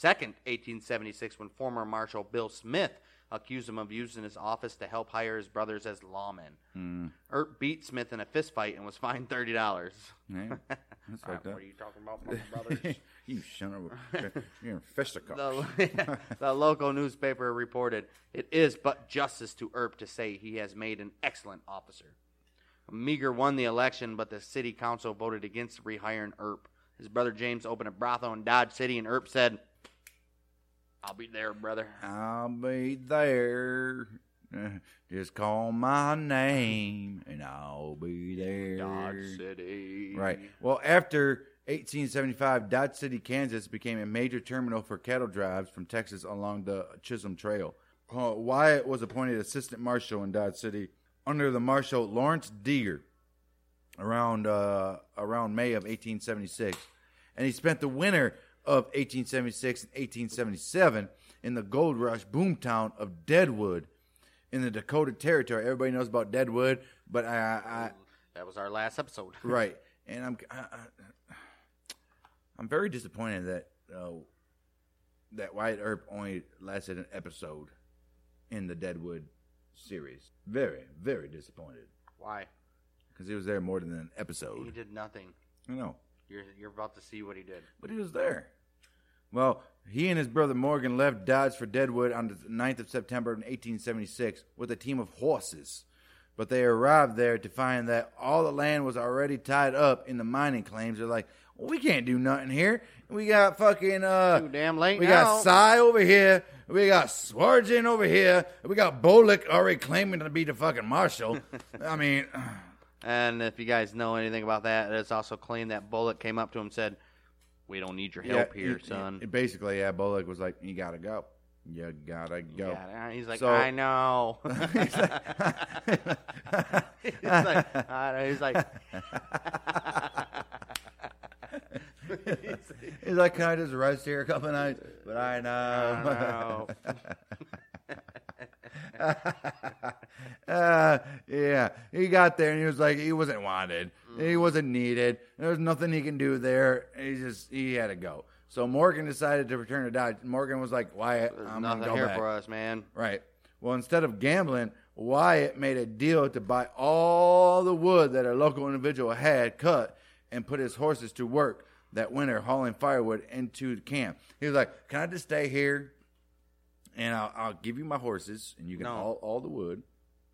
2nd, 1876, when former Marshal Bill Smith accused him of using his office to help hire his brothers as lawmen. Hmm. Earp beat Smith in a fistfight and was fined $30. Damn. That's like What that. are you talking about, fucking brothers? *laughs* you son of a! You're in fisticuffs. *laughs* The, *laughs* the local newspaper reported it is but justice to Earp to say he has made an excellent officer. Meager won the election, but the city council voted against rehiring Earp. His brother James opened a brothel in Dodge City, and Earp said, "I'll be there, brother." I'll be there. *laughs* Just call my name and I'll be there. Dodge City, Right. Well, after 1875, Dodge City, Kansas became a major terminal for cattle drives from Texas along the Chisholm Trail. Uh, Wyatt was appointed assistant marshal in Dodge City under the Marshal Lawrence Deeger around uh, around May of 1876, and he spent the winter of 1876 and 1877 in the gold rush boom town of Deadwood in the Dakota Territory. Everybody knows about Deadwood, but I, I, That was our last episode. Right, and I'm I, I- I'm very disappointed that uh, that Wyatt Earp only lasted an episode in the Deadwood series. Very, very disappointed *laughs* Why? because he was there more than an He episode. did nothing. I know, You're you're about to see what he did. but he was there. Well, he and his brother Morgan left Dodge for Deadwood on the 9th of September in 1876 with a team of horses. But they arrived there to find that all the land was already tied up in the mining claims. They're like, well, we can't do nothing here. We got fucking uh, Too damn late We now." got Cy over here. We got Swargin over here. We got Bolick already claiming to be the fucking marshal. I mean, And if you guys know anything about that, it's also claimed that Bullock came up to him and said, "We don't need your help yeah, here, it- son." it- basically, yeah, Bolick was like, you gotta go. You gotta go. Yeah, he's like, So- I *laughs* know. *laughs* he's He's like- like, I know. He's like, He's like, can I just rest here a couple nights? But I know. I know. *laughs* uh, yeah, he got there and he was like, he wasn't wanted, he Mm. wasn't needed. There was nothing he can do there. He just he had to go. So Morgan decided to return to Dodge. Morgan was like, Wyatt, There's I'm gonna nothing go here back. for us, man. Right. Well, instead of gambling, Wyatt made a deal to buy all the wood that a local individual had cut and put his horses to work that winter hauling firewood into the camp. He was like, "Can I just stay here, and I'll, I'll give you my horses, and you can No. haul all the wood."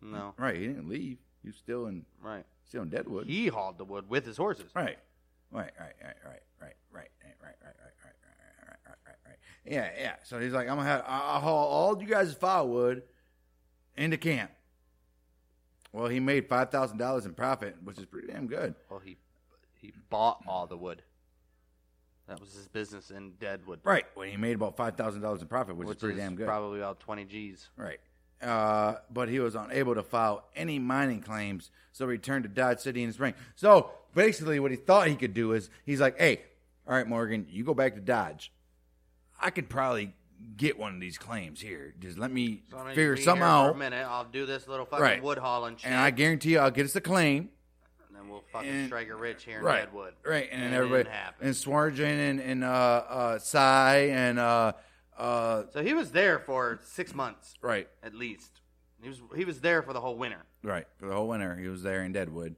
No, Right? He didn't leave. He was still in right. still in Deadwood. He hauled the wood with his horses. Right. Right, right, right, right, right, right, right, right, right, right, right, right, right, right, right, right. Yeah, yeah. So he's like, I'm gonna have I'll haul all you guys' firewood into camp. Well, he made five thousand dollars in profit, which is pretty damn good. Well, he he bought all the wood. That was his business in Deadwood, Right. Well, he made about five thousand dollars in profit, which, which is pretty is damn good. probably about twenty G's. Right. Uh, but he was unable to file any mining claims, so he returned to Dodge City in the spring. So basically, what he thought he could do is he's like, hey, all right, Morgan, you go back to Dodge. I could probably get one of these claims here. Just let me So I'm gonna figure be some here for out, a minute, I'll do this little fucking Right. wood hauling shit, and I guarantee you, I'll get us a claim. and then we'll fucking and- Schrager rich here in right, Deadwood. Right, and, then it everybody didn't happen. and Swargen and and uh, uh, Cy and uh, uh, So he was there for six months right, at least. He was he was there for the whole winter. right for the whole winter. He was there in Deadwood.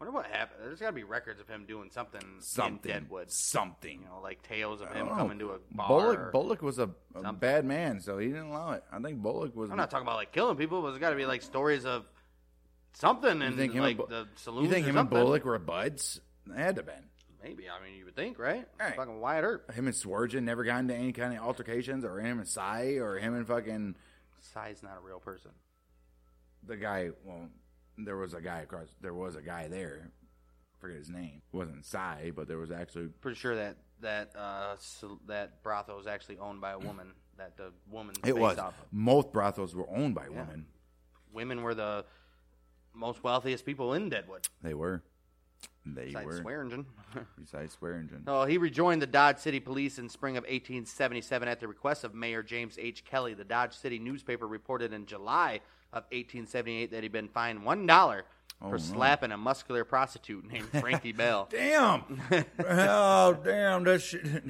Wonder what happened. There's got to be records of him doing something, Something, Oh, in Deadwood. something. You know, like tales of I him don't know. coming to a bar. Bullock, Bullock was a, a Something. bad man, so he didn't allow it. I think Bullock was. I'm not talking about like killing people, but there's got to be like stories of something You in think him like and Bu- the saloons. you think or him and something. Bullock were buds? They had to been. Maybe. I mean, you would think, right? Right. Fucking Wyatt Earp. Him and Swergen never got into any kind of altercations, or him and Cy, or him and fucking Sai's not a real person. the guy. Well, there was a guy across. There was a guy there. forget his name. It wasn't Cy, but there was actually. Pretty sure that that uh, sal- that brothel is actually owned by a woman. that the woman's It based was. off of. Most brothels were owned by women. Women were the most wealthiest people in Deadwood, They were. They besides were. Swearingen. *laughs* Besides Swearingen. No, he rejoined the Dodge City Police in spring of 1877 at the request of Mayor James H. Kelly. The Dodge City newspaper reported in July of 1878 that he'd been fined one dollar Oh, for no. slapping a muscular prostitute named Frankie *laughs* Bell. *laughs* Damn! oh, damn! That shit. *laughs*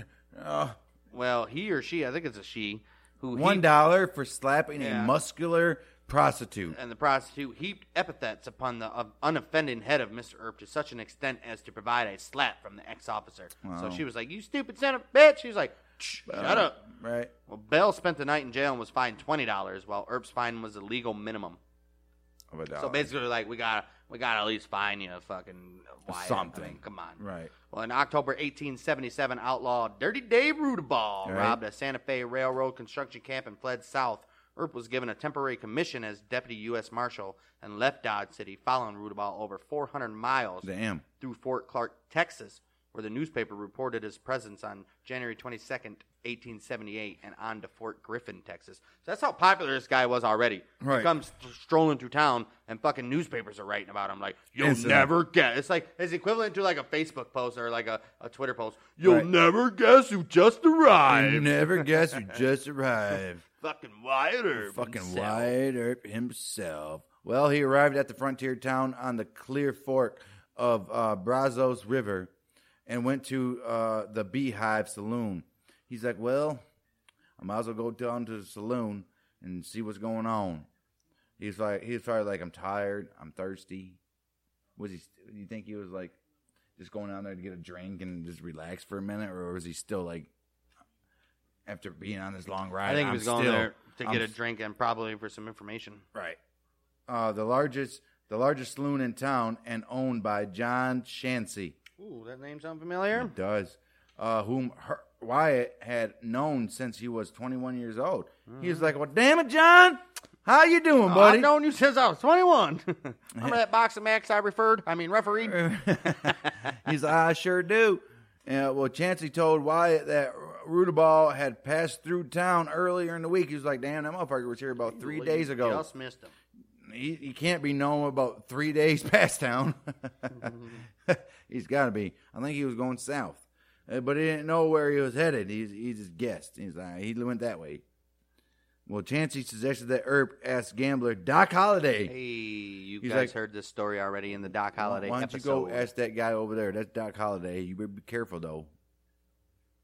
Oh. Well, he or she, I think it's a she, who One heaped- dollar for slapping Yeah. a muscular prostitute. and the prostitute heaped epithets upon the uh, unoffending head of Mr. Earp to such an extent as to provide a slap from the ex-officer. So Wow. she was like, "You stupid son of a bitch!" She was like, "Shh, "Shut up." Uh, Right. Well, Bell spent the night in jail and was fined twenty dollars, while Earp's fine was the legal minimum. Of a dollar. So basically, they're like we got we got to at least fine you a fucking Wyatt. Something. I mean, come on. Right. Well, in October 1877, outlaw Dirty Dave Rudeball Right. robbed a Santa Fe Railroad construction camp and fled south. Earp was given a temporary commission as deputy U.S. Marshal and left Dodge City, following Rudeball over 400 miles Damn. through Fort Clark, Texas, where the newspaper reported his presence on January 22nd, 1878, and on to Fort Griffin, Texas. So that's how popular this guy was already. He Right. comes th- strolling through town, and fucking newspapers are writing about him like, you'll Instantly. never guess. It's like, it's equivalent to like a Facebook post or like a, a Twitter post. You'll Right. never guess who just arrived. You never *laughs* guess who just arrived. fucking Wyatt Earp. Fucking himself. Wyatt Earp himself. Well, he arrived at the frontier town on the Clear Fork of uh, Brazos River and went to uh, the Beehive Saloon. He's like, well, I might as well go down to the saloon and see what's going on. He's like, he was probably like, I'm tired, I'm thirsty. Was he? Do you think he was like just going down there to get a drink and just relax for a minute, or was he still like after being on this long ride? I think I'm he was going still- there to I'm get a drink and probably for some information. Right. Uh, the largest the largest saloon in town and owned by John Chansey. Ooh, that name sound familiar? It does. Uh, whom her, Wyatt had known since he was 21 years old. He was like, "Well, damn it, John, how you doing, Oh, buddy?" I've known you since I was 21. *laughs* Remember that boxing match I referred? I mean, refereed. *laughs* Uh, He's like, I sure do. Uh, well, Chancey told Wyatt that Rudaball had passed through town earlier in the week. He was like, damn, that motherfucker was here about three days ago. Just missed him. he, he can't be known about three days *laughs* past town. He's got to be. I think he was going south, Uh, but he didn't know where he was headed. He he just guessed. He's like he went that way. Well, Chancey suggested that Earp asked gambler Doc Holliday. Hey, you He's guys like- heard this story already in the Doc Holiday Why don't episode. you go ask that guy over there? That's Doc Holliday. You better be careful though.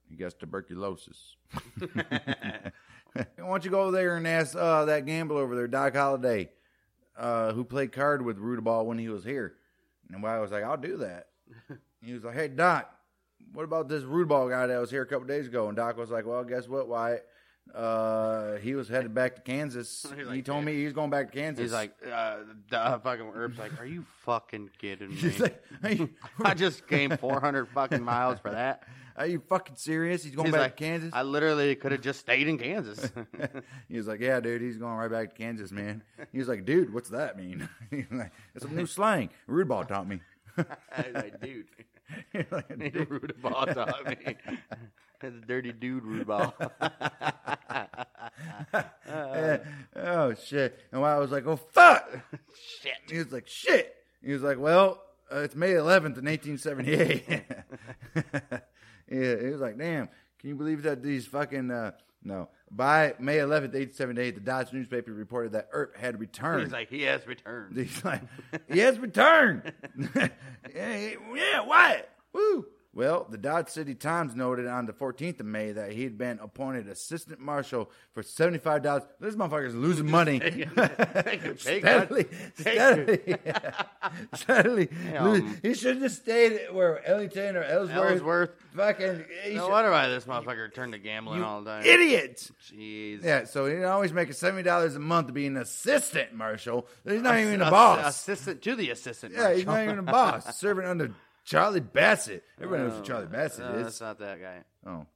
He got tuberculosis. *laughs* Why don't you go over there and ask uh, that gambler over there, Doc Holliday, uh, who played card with Rudaball when he was here? And Wyatt was like, "I'll do that." He was like, "Hey Doc, what about this Rudeball guy that was here a couple days ago?" And Doc was like, "Well, guess what, Wyatt? Uh, he was headed back to *laughs* Kansas. You're he like, told me he's going back to *laughs* Kansas." He's like, uh, duh, fucking Herb's like, are you fucking kidding me? *laughs* *laughs* He's like, "Are you, *laughs* I just came 400 fucking miles for that. *laughs* are you fucking serious? He's *laughs* going He's back like, to Kansas." I literally could have just stayed in *laughs* Kansas. he was like, "Yeah, dude, he's going right back to Kansas, man." He was like, "Dude, what's that mean?" *laughs* He's like, "It's a new slang. Rudeball taught me." *laughs* I was like, dude. *laughs* He's like, Need a Rudeball taught *laughs* me. *laughs* That's a dirty dude Rudeball. "Eh, oh shit! And Wyatt was like, "Oh fuck!" *laughs* Shit. He was like, "Shit!" He was like, "Well, uh, it's May 11th in 1878." *laughs* yeah, he was like, "Damn, can you believe that these fucking uh, no?" By May 11th, 1878, the Dodge newspaper reported that Earp had returned. He's like, he has returned. *laughs* He's like, he has returned. *laughs* yeah, yeah, Wyatt. Woo. Well, the Dodge City Times noted on the 14th of May that he had been appointed assistant marshal for $75. This motherfucker's losing money. *laughs* Pay cut. steadily, steadily, steadily. losing- He should have just stayed where Ellington or Ellsworth. Ellsworth. Fucking he No should- wonder why this motherfucker turned to gambling all the time. idiot. Jeez. Yeah, so he always making seventy dollars a month to be an assistant marshal. He's not even a Ass- boss. Assistant to the assistant. Yeah, he's marshal. not even a boss. Serving under Charlie Bassett. Everybody knows who Charlie Uh, Bassett No, is. that's not that guy. Oh.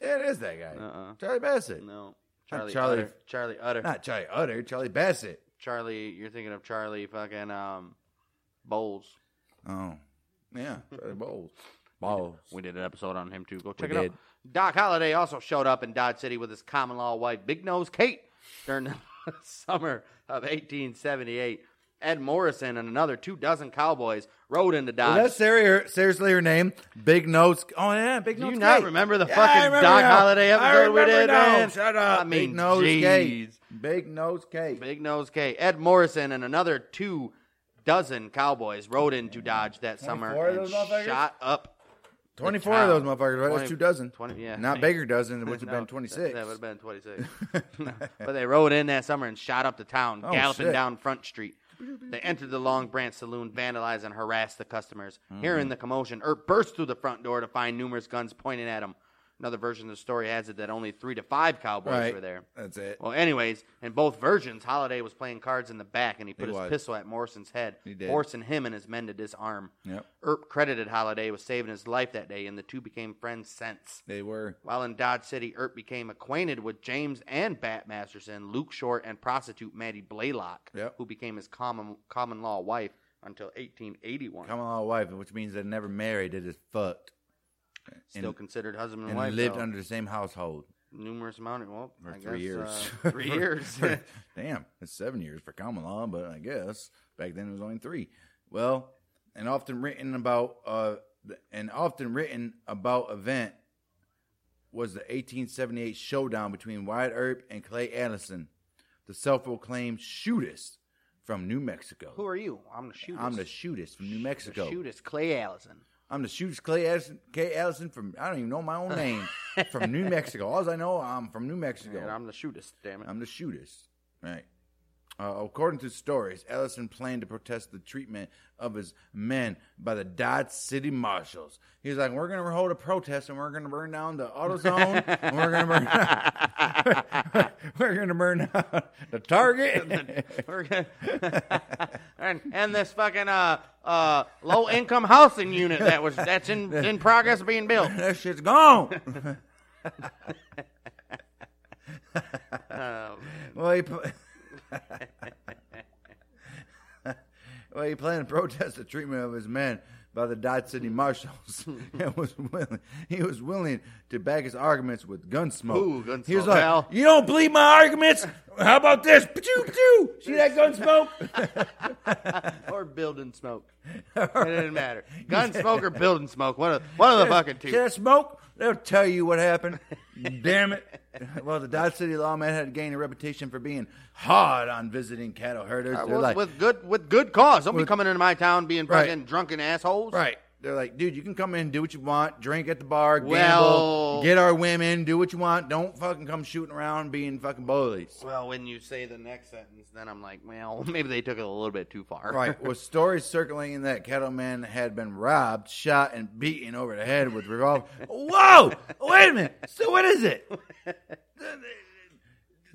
Yeah, it is that guy. Uh-uh. Charlie Bassett. No. Charlie Charlie- Utter. Charlie Utter. Not Charlie Utter, Charlie Bassett. Charlie, you're thinking of Charlie fucking um Bowles. Oh. Yeah, Charlie Bowles. Bowles. We did an episode on him too. Go check We it did. out. Doc Holliday also showed up in Dodge City with his common law wife, Big Nose Kate, during the *laughs* summer of 1878. Ed Morrison and another two dozen cowboys rode into Dodge. That's seri- seriously her name. Big Notes. Oh, yeah, Big Do Notes. you not Gate. remember the Yeah, I fucking remember Doc now. Holliday I episode we remember did, now. man? Shut up. I mean, Big Nose Kate. jeez. Big Nose Kate. Big Nose K. Ed Morrison and another two dozen cowboys rode into Dodge that summer 24 of and those motherfuckers? shot up. 24 Child. of those motherfuckers, right? 20 That's two dozen. 20 yeah. Not bigger dozen, *laughs* which would No, have been 26. That, would have been *laughs* 26. *laughs* No, but they rode in that summer and shot up the town, Oh, galloping shit. down Front Street. They entered the Long Branch Saloon, vandalized and harassed the customers. Mm-hmm. Hearing the commotion, Earp burst through the front door to find numerous guns pointed at him. Another version of the story has it that only three to five cowboys right. were there. That's it. Well, anyways, in both versions, Holiday was playing cards in the back, and he put He his was. pistol at Morrison's head, He did. forcing him and his men to disarm. Yep. Earp credited Holiday with saving his life that day, and the two became friends since. They were. While in Dodge City, Earp became acquainted with James and Bat Masterson, Luke Short, and prostitute Maddie Blaylock, Yep. who became his common common law wife until 1881. Common law wife, which means they never married. They just fucked Still and- considered husband and, and wife. lived though. under the same household numerous amount of well, for I three guess, years. *laughs* uh, three years. Damn, it's seven years for common law, but I guess back then it was only three. Well, and often written about, uh, the- and often written about event was the 1878 showdown between Wyatt Earp and Clay Addison, the self-proclaimed shootist from New Mexico. *laughs* Who are you? I'm the shooter. I'm the shootist from New Mexico. Shoot is Clay Allison. I'm the shoots Clay Addison, K. Allison from I don't even know my *laughs* own name from New Mexico. All I know, I'm from New Mexico. And I'm, I'm the shootest, damn it. *laughs* the shootist, right? Uh, according to stories, Allison planned to protest the treatment of his men by the Dodge City Marshals. He was like, "We're going to hold a protest, and we're going to burn down the AutoZone, and we're going to burn, down, *laughs* we're going to burn down the Target." We're gonna- and, and this fucking uh, uh, low income housing unit that was that's in, in progress of being *laughs* built. *laughs* that shit's gone. Oh, man. Well, he. Pl- *laughs* well, he planned to protest the treatment of his men by the Dodge City Hmm. *laughs* Marshals, and was willing. He was willing to back his arguments with gun smoke. Ooh, gun He was smoke, like, pal. "You don't believe my arguments? How about this? Pachoo, pachoo! See that gun *laughs* smoke? or building smoke. It didn't matter. Gun smoke or building smoke. One of one of the fucking See two. that smoke? They'll tell you what happened. *laughs* Damn it." Well, the Dodge City lawman had gained a reputation for being hard on visiting cattle herders. They're Uh, Well, like, with good with good cause. Don't be With- coming into my town being Right. fucking drunken assholes. Right. they're like, dude, you can come in, do what you want, drink at the bar, gamble, Well- get our women, do what you want. Don't fucking come shooting around being fucking bullies. Well, when you say the next sentence, then I'm like, well, *laughs* maybe they took it a little bit too far. Right. With stories circulating that Kettleman had been robbed, shot, and beaten over the head with revolver. Whoa! Wait a minute. So what is it?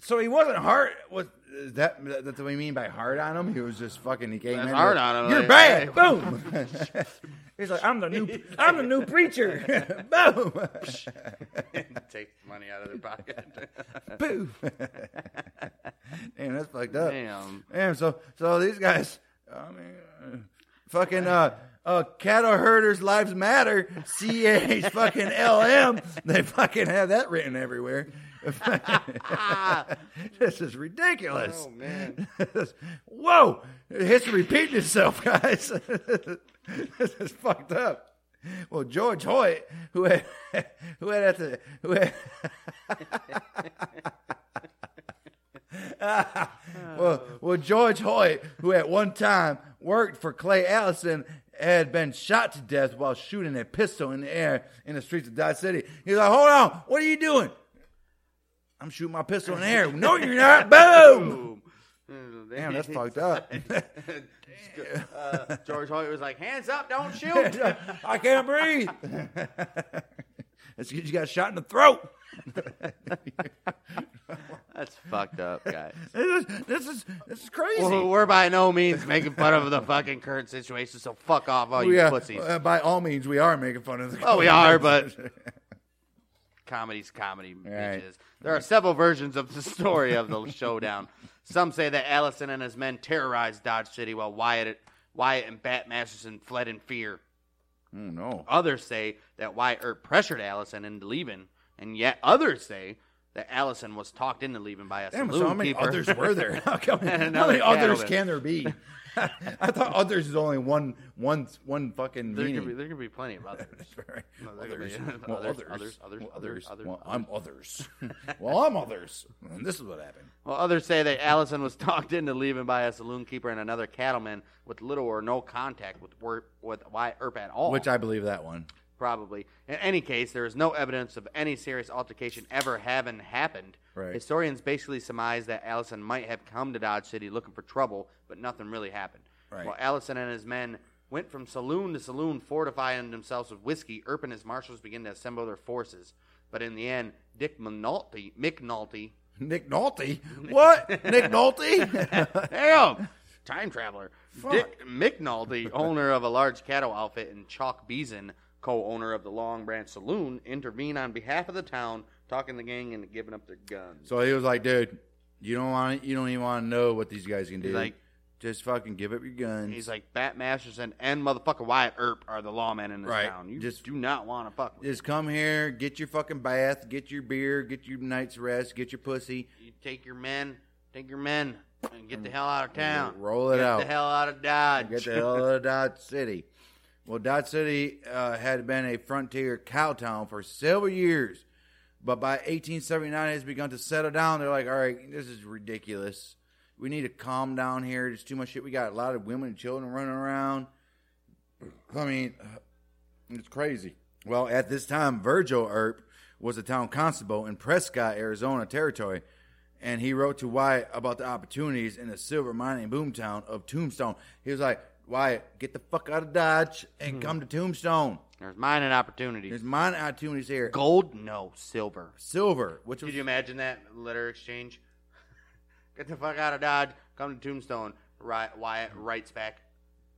So he wasn't hard. Was is that that's what we mean by hard on him? He was just fucking. He came That's in. hard like, on him, You're like, bad. hey. Boom. *laughs* *laughs* He's like, I'm the new, I'm the new preacher. *laughs* Boom. *laughs* Take money out of their *laughs* pocket. Boo. Damn, that's fucked up. Damn. Damn, so so these guys, I mean, uh, fucking uh, uh, cattle herders' lives matter. CA's fucking LM. They fucking have that written *laughs* everywhere. *laughs* this is ridiculous. Oh, man. *laughs* Whoa, history repeating itself, *laughs* guys. this is fucked up. Well, George Hoyt, who had *laughs* who had at the who had, *laughs* well, well, George Hoyt, who at one time worked for Clay Allison, had been shot to death while shooting a pistol in the air in the streets of Dodge City. He's like, "Hold on, what are you doing?" I'm shooting my pistol in the air. no, you're not. *laughs* Boom. Boom. *laughs* Damn, that's fucked up. Uh, George Hoyt was like, hands up, *laughs* don't shoot. *laughs* I can't breathe. That's because you got shot in the throat. *laughs* That's fucked up, guys. This is this is, this is crazy. Well, we're by no means making fun of the fucking current situation, so fuck off, all you We are- pussies. uh, by all means, we are making fun of the. Oh, we are, *laughs* but comedy's comedy, Right. bitches. There are several versions of the story of the showdown. Some say that Allison and his men terrorized Dodge City while Wyatt, Wyatt and Bat Masterson fled in fear. Oh, no. Others say that Wyatt Earp pressured Allison into leaving, and yet others say that Allison was talked into leaving by a Damn, saloon so how many keeper. *laughs* others were there? How, come, how And many another others cattleman. can there be? *laughs* I thought others is only one one one fucking there meaning. *laughs* could be there could be plenty of others. Right. No, there could others. be- Well, others, others. others, others, Well, others, others, Well, I'm *laughs* others. well, I'm others. And this is what happened. Well, others say that Allison was *laughs* talked into leaving by a saloon keeper and another cattleman with little or no contact with Wer- with Wyatt Earp at all. Which I believe that one. probably. In any case, there is no evidence of any serious altercation ever having happened. Right. Historians basically surmise that Allison might have come to Dodge City looking for trouble, but nothing really happened. Right. While Allison and his men went from saloon to saloon, fortifying themselves with whiskey, Earp and his marshals began to assemble their forces. But in the end, Dick McNulty, McNulty Nick Nolte? What? Nick *laughs* Nolte? Damn! Time traveler. Fuck. Dick McNulty, owner of a large cattle outfit, and Chalk Beeson, co owner of the Long Branch Saloon, intervened on behalf of the town, talking the gang into giving up their guns. *laughs* so he was like, dude, you don't want you don't even want to know what these guys can do. like- just fucking give up your guns. He's like, Bat Masterson and motherfucker Wyatt Earp are the lawmen in this Right. town. You Just- do not want to fuck with. just come here, get your fucking bath, get your beer, get your night's rest, get your pussy. You take your men, take your men, and get the hell out of town. Roll it get out. the hell out of Dodge. Get the hell out of Dodge City. Well, Dodge City uh, had been a frontier cow town for several years, but by 1879, it has begun to settle down. They're like, all right, this is ridiculous. We need to calm down here. There's too much shit. We got a lot of women and children running around. I mean, it's crazy. Well, at this time, Virgil Earp was a town constable in Prescott, Arizona territory, and he wrote to Wyatt about the opportunities in the silver mining boomtown of Tombstone. He was like, Wyatt, get the fuck out of Dodge Hmm. and come to Tombstone. There's mining opportunities. There's mining opportunities here. Gold, no silver. Silver, which was Could you *laughs* imagine that letter exchange? *laughs* Get the fuck out of Dodge. Come to Tombstone. Ry- Wyatt writes back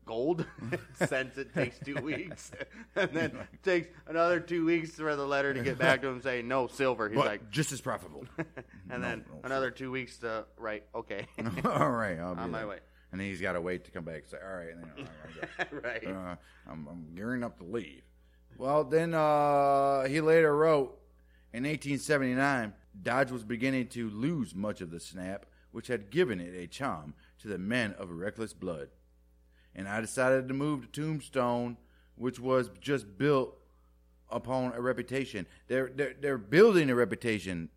gold, *laughs* sends it, takes *laughs* two weeks, *laughs* and then takes another two weeks for the letter to get back to him saying, no, silver. He's but like, just as *laughs* profitable. *laughs* and then no, another two weeks to write, okay, *laughs* all right, I'll be on my there. way. And then he's got to wait to come back. He's like, all right, and then, all right, I'll *laughs* go. right. uh, I'm, I'm gearing up to leave. Well, then uh, he later wrote in 1879 Dodge was beginning to lose much of the snap which had given it a charm to the men of reckless blood. And I decided to move to Tombstone, which was just built upon a reputation. They're, they're, they're building a reputation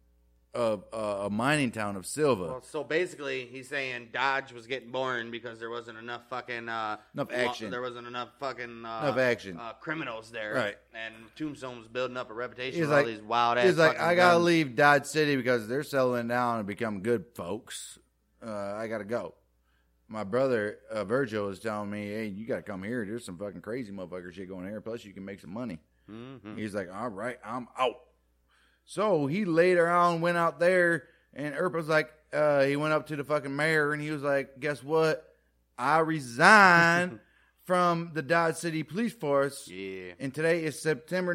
of uh, a mining town of Silva. Well, so basically, he's saying Dodge was getting boring because there wasn't enough fucking uh, Enough wa- action. there wasn't enough fucking uh, Enough action. uh, criminals there, Right. And Tombstone was building up a reputation He's for like- all these wild ass. He's like, fucking I gotta guns." leave Dodge City because they're settling down and become good folks. Uh, I gotta go. My brother uh, Virgil is telling me, "Hey, you gotta come here. There's some fucking crazy motherfucker shit going here. Plus, you can make some money." Mhm. He's like, "All right, I'm out." So he later on went out there, and Earp was like, uh, he went up to the fucking mayor and he was like, "Guess what? I *laughs* resign from the Dodge City Police Force." Yeah. And today is September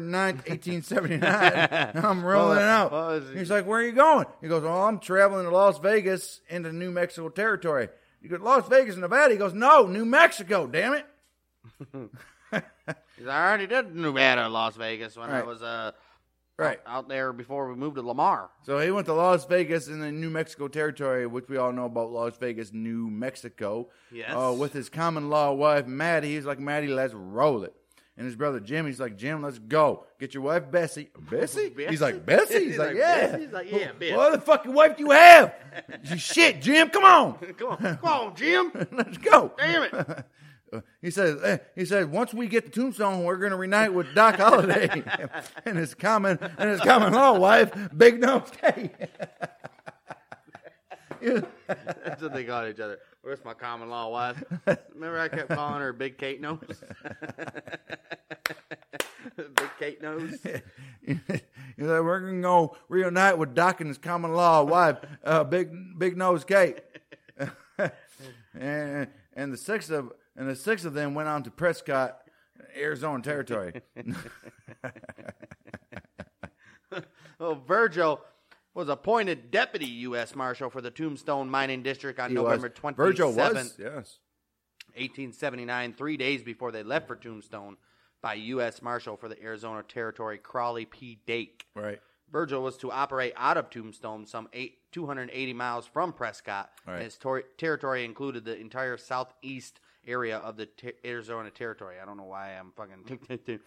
*laughs* 9th, 1879. *laughs* I'm rolling Well, out. well, it's- He's like, Where are you going? He goes, Oh, I'm traveling to Las Vegas into New Mexico territory. You go, Las Vegas, Nevada? He goes, No, New Mexico, damn it. He's like, I already did Nevada, Las Vegas when I Right. was uh Right. out there before we moved to *laughs* Lamar. *laughs* So he went to Las Vegas in the New Mexico territory, which we all know about Las Vegas, New Mexico. Yes. Uh, with his common law wife, Maddie. He's like, Maddie, let's roll it. And his brother Jim, he's like, Jim, let's go. Get your wife, Bessie. Bessie? He's like, *laughs* Bessie? He's, He's like, like, yeah. "Bessie?" He's like, "Yeah, Wh- Bessie." What the fucking wife do you have? *laughs* You Shit, Jim, come on. *laughs* Come on, come on, Jim. Let's go. Damn it. He says, eh, he said, once we get to Tombstone, we're going to reunite with Doc Holliday and his common and his common law wife, Big Nose Kay. That's what they called each other. Where's my common law wife? Remember, I kept calling her Big Kate Nose. *laughs* Big Kate Nose. He's like, we're gonna go reunite with Doc and his common law wife, uh, Big Big Nose Kate. *laughs* and and the six of and the six of them went on to Prescott, Arizona territory. Well, Virgil was appointed deputy U.S. Marshal for the Tombstone Mining District on He was- November 27th, Virgil was yes. 1879, three days before they left for Tombstone, by U.S. Marshal for the Arizona Territory Crawley P. Dake. Right. Virgil was to operate out of Tombstone, some eight, 280 miles from Prescott. All right. And his tor- territory included the entire southeast area of the ter- Arizona Territory. I don't know why I'm fucking.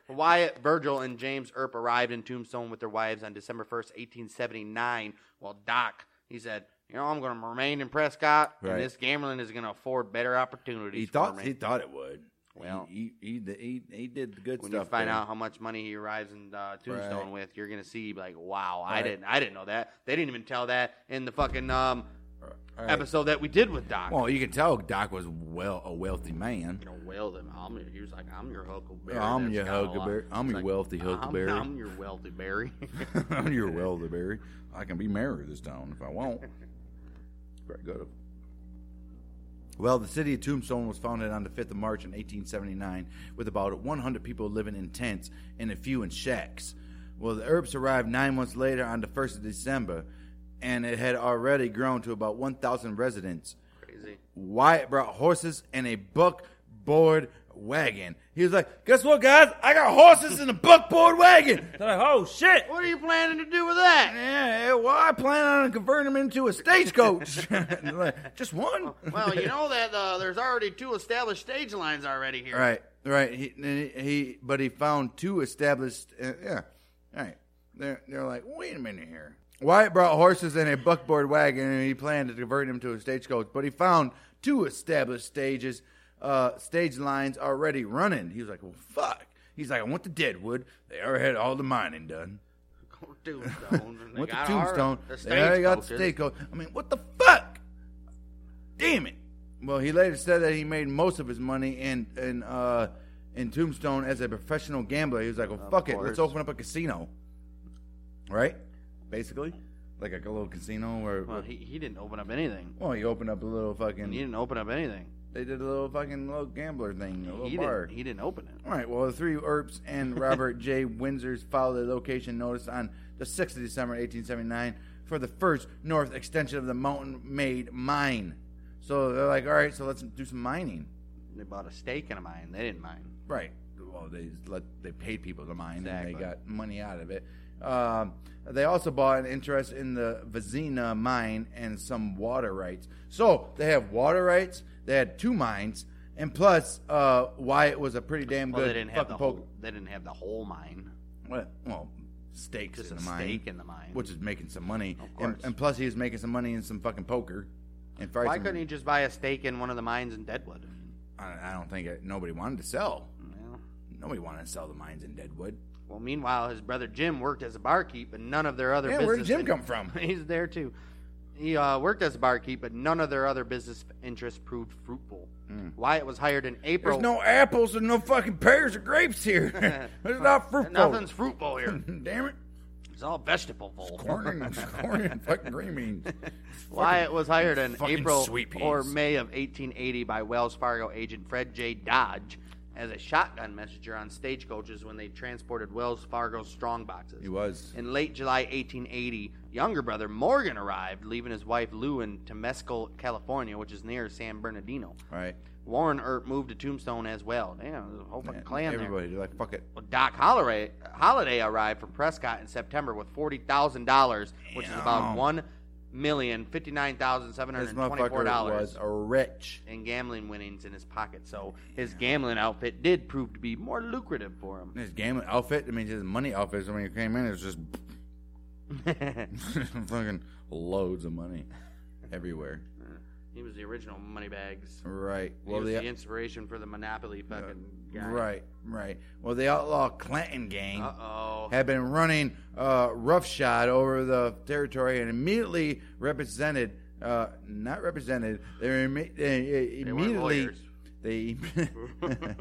*laughs* Wyatt, Virgil, and James Earp arrived in Tombstone with their wives on December 1st, 1879. While Doc, he said, You know, I'm going to remain in Prescott, Right. and this gambling is going to afford better opportunities he for thought me. he thought it would. Well- he he he, he, he did the good when you stuff. find there. out how much money he arrives in uh, Tombstone Right. with, you're gonna see like, wow, I Right. didn't, I didn't know that. They didn't even tell that in the fucking um, All right. episode that we did with Doc. Well, you can tell Doc was well a wealthy man. *laughs* you know, well, them. I'm, he was like, I'm your Huckleberry. I'm that's your got a lot." Huckleberry. I'm He's your like, wealthy "I'm- Huckleberry. I'm, your wealthy berry. *laughs* I'm your Welderberry. I can be mayor of this town if *laughs* I want. Very good. Well, the city of Tombstone was founded on the 5th of March in 1879 with about 100 people living in tents and a few in shacks. Well, the herbs arrived nine months later on the 1st of December, and it had already grown to about 1,000 residents. *laughs* Crazy. Wyatt brought horses and a buckboard wagon. He was like, Guess what, guys? I got horses and a buckboard wagon. *laughs* They're like, Oh, shit. What are you planning to do with that? Yeah, well, I plan on converting him into a stagecoach. *laughs* Like, Just one. well, you know that uh, there's already two established stage lines already here. *laughs* Right, right. He, he, he- but he found two established. Uh, yeah, all right. They're, they're like, wait a minute here. Wyatt brought horses and a buckboard wagon, and he planned to convert him to a stagecoach. But he found two established stages, uh, stage lines already running. He was like, well, fuck. He's like, I want the Deadwood. They already had all the mining done. Go to Tombstone. and they Went to got our- Tombstone. the They already got the stagecoaches. stagecoach. I mean, what the fuck? Damn it! Well, he later said that he made most of his money in in uh, in Tombstone as a professional gambler. He was like, "Well, fuck it, course. let's open up a casino." Right? Basically, like a little casino where. Well, he, he didn't open up anything. well, you open up a little He fucking. didn't open up anything. They did a little fucking little gambler thing, a little He bar. didn't, he didn't open it. All right. Well, the three Earps and *laughs* Robert J. Windsors filed a location notice on the 6th of December, 1879, for the first north extension of the Mountain Maid Mine. So they're like, all right, so let's do some mining. They bought a stake in a mine. They didn't mine. Right. Well, they let they paid people to mine, and Exactly. they got money out of it. Um, they also bought an interest in the Vizina mine and some water rights. So they have water rights. They had two mines, and plus, uh, Wyatt was a pretty damn Well, good they didn't have fucking the poker. whole. They didn't have the whole mine. Well, well stakes Just in a the mine, stake in the mine. which is making some money. Of And, course. and plus, he was making some money in some fucking poker. And probably Why some- couldn't he just buy a stake in one of the mines in Deadwood? I, I don't think it, nobody wanted to sell. Well, Nobody wanted to sell the mines in Deadwood. well, meanwhile, his brother Jim worked as a barkeep, but none of their other Man, business. where did Jim come *laughs* from? He's there too. He uh, worked as a barkeep, but none of their other business interests proved fruitful. Mm. Wyatt was hired in April. There's no apples and no fucking pears or *laughs* grapes here. *laughs* There's not fruitful. Nothing's fruitful here. *laughs* Damn it. *laughs* It's all vegetable. Corn *laughs* and, corn and fucking green beans. Wyatt was hired in fucking April sweet peas. or May of 1880 by Wells Fargo agent Fred J. Dodge as a shotgun messenger on stagecoaches when they transported Wells Fargo's strong boxes. He was. *laughs* In late July 1880, younger brother Morgan arrived, leaving his wife Lou in Temescal, California, which is near San Bernardino. Right. Warren Earp moved to Tombstone as well. Damn, there's a whole fucking Man, clan there. everybody, they're like, fuck it. Well, Doc Holliday, Holliday arrived from Prescott in September with forty thousand dollars, which is about Damn. one million fifty nine thousand seven This hundred twenty four motherfucker dollars was a rich. in gambling winnings in his pocket. So his gambling outfit did prove to be more lucrative for him. His gambling outfit, I mean, his money outfit, when he came in, it was just *laughs* fucking loads of money everywhere. *laughs* he was the original Moneybags. Right. He Well, was the, the, inspiration for the Monopoly fucking guy. right, right. Well, the outlaw Clanton gang Uh oh. had been running uh, roughshod over the territory and immediately represented, uh, not represented, they, were imme- they, uh, They weren't immediately lawyers. *laughs*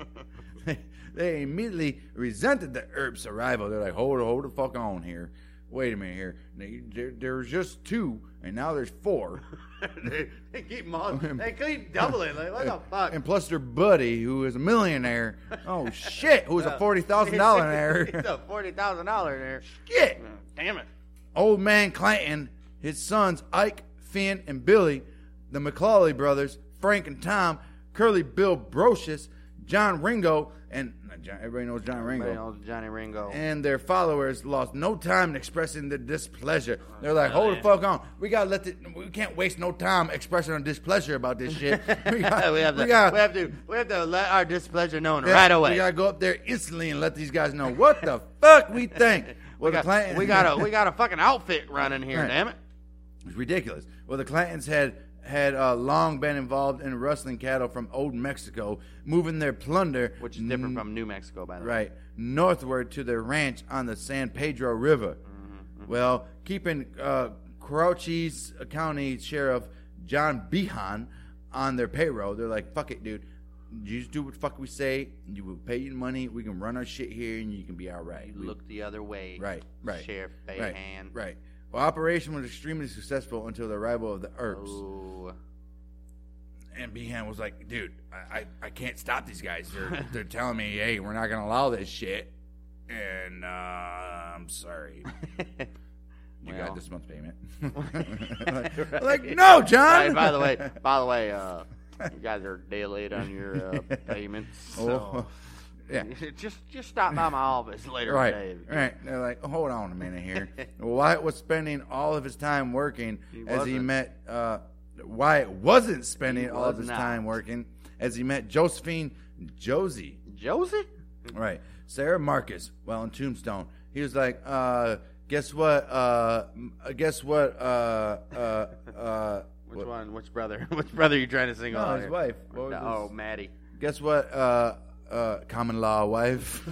they *laughs* they immediately resented the herb's arrival. They're like, hold, hold the fuck on here. Wait a minute here. They- There, there was just two, and now there's *laughs* four. they, *laughs* they keep mul- *laughs* they keep doubling. Like what the fuck? And plus their buddy, who is a millionaire. Oh shit! Who is a *laughs* forty thousand dollar He's millionaire? a forty thousand dollar there. Shit! Damn it. Old man Clanton, his sons Ike, Finn, and Billy, the McClawley brothers, Frank and Tom, Curly Bill Brocious, John Ringo, and not John, everybody knows John Ringo. Everybody knows Johnny Ringo. and their followers lost no time in expressing their displeasure. Oh, They're like, "Hold the fuck on, we gotta let the, we can't waste no time expressing our displeasure about this *laughs* shit. We, gotta- *laughs* we, have to, we, gotta- have to we have to let our displeasure known yeah, right away. We gotta go up there instantly and let these guys know what the fuck we think." *laughs* We Well, the got- Clan- we got a we got a fucking *laughs* outfit running here, Right. damn it. It's ridiculous. Well, the Clantons had had uh, long been involved in rustling cattle from old Mexico, moving their plunder, Which is different from New Mexico, by the way. Mm. right northward to their ranch on the San Pedro River. Mm-hmm. Well, keeping uh, Crouch's County Sheriff John Behan on their payroll, they're like, "Fuck it, dude. You just do what the fuck we say. You will pay you money. We can run our shit here, and you can be all right." You We- look the other way. right, right, Sheriff right, Bayhan. right. Well, operation was extremely successful until the arrival of the Earps. Oh. Ooh. *laughs* And Behan was like, dude, I, I, I can't stop these guys. They're, *laughs* they're telling me, hey, we're not going to allow this shit. And uh, *laughs* I'm sorry. You Well. got this *laughs* month's payment. *laughs* like, Right. *laughs* like, no, John. Right, by the way, by the way, uh, you guys are delayed on *laughs* your uh, payments. So *laughs* Oh, yeah. *laughs* just just stop by my office later Right. today. Right. They're like, hold on a *laughs* minute here. Wyatt was spending all of his time working He as he wasn't. met. Uh, Wyatt wasn't spending He all of was his not. time working as he met Josephine *laughs* Josie. Josie? Right. Sarah Marcus, well in Tombstone. He was like, uh, guess what? Uh, m- uh, guess what? Uh, *laughs* uh, uh, Which what- one? Which brother? *laughs* Which brother are you trying to single No, out? his here? wife. What was oh, his- Maddie. Guess what? Uh, uh, common law wife.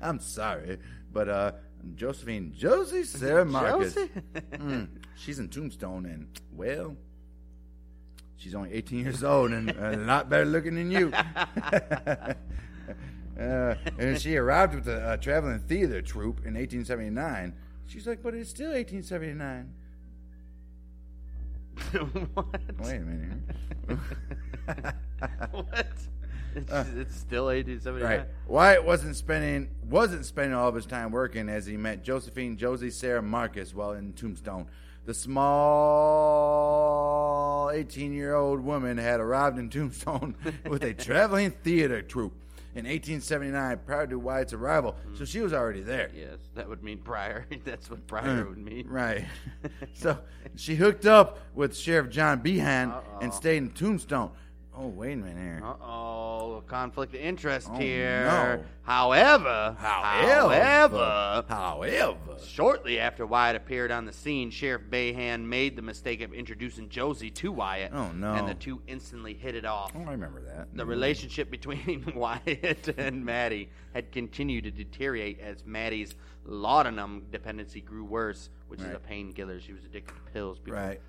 I'm sorry, but uh, Josephine Josie Sarah Marcus. Josie? Mm, she's in Tombstone, and well, she's only 18 years old and a lot better looking than you. *laughs* uh, and she arrived with a, uh traveling theater troupe in 1879. She's like, but it's still 1879. what? Wait a minute. here. *laughs* what? *laughs* It's, it's still 1879. Uh. Right. Wyatt wasn't spending wasn't spending all of his time working as he met Josephine Josie Sarah Marcus while in Tombstone. The small eighteen year old woman had arrived in Tombstone with a traveling theater troupe in eighteen seventy nine prior to Wyatt's arrival. So she was already there. Yes, that would mean prior. *laughs* That's what prior would mean. Mm. Right. *laughs* so she hooked up with Sheriff John Behan Uh-oh. and stayed in Tombstone. Oh, wait a minute here. Uh oh, conflict of interest Oh, here. no. However, However, however, however, shortly after Wyatt appeared on the scene, Sheriff Bayhan made the mistake of introducing Josie to Wyatt. Oh, no. And the two instantly hit it off. oh, I remember that. The relationship between *laughs* Wyatt and Maddie had continued to deteriorate as Maddie's laudanum dependency grew worse, which is Right. a painkiller. She was addicted to pills. people. right.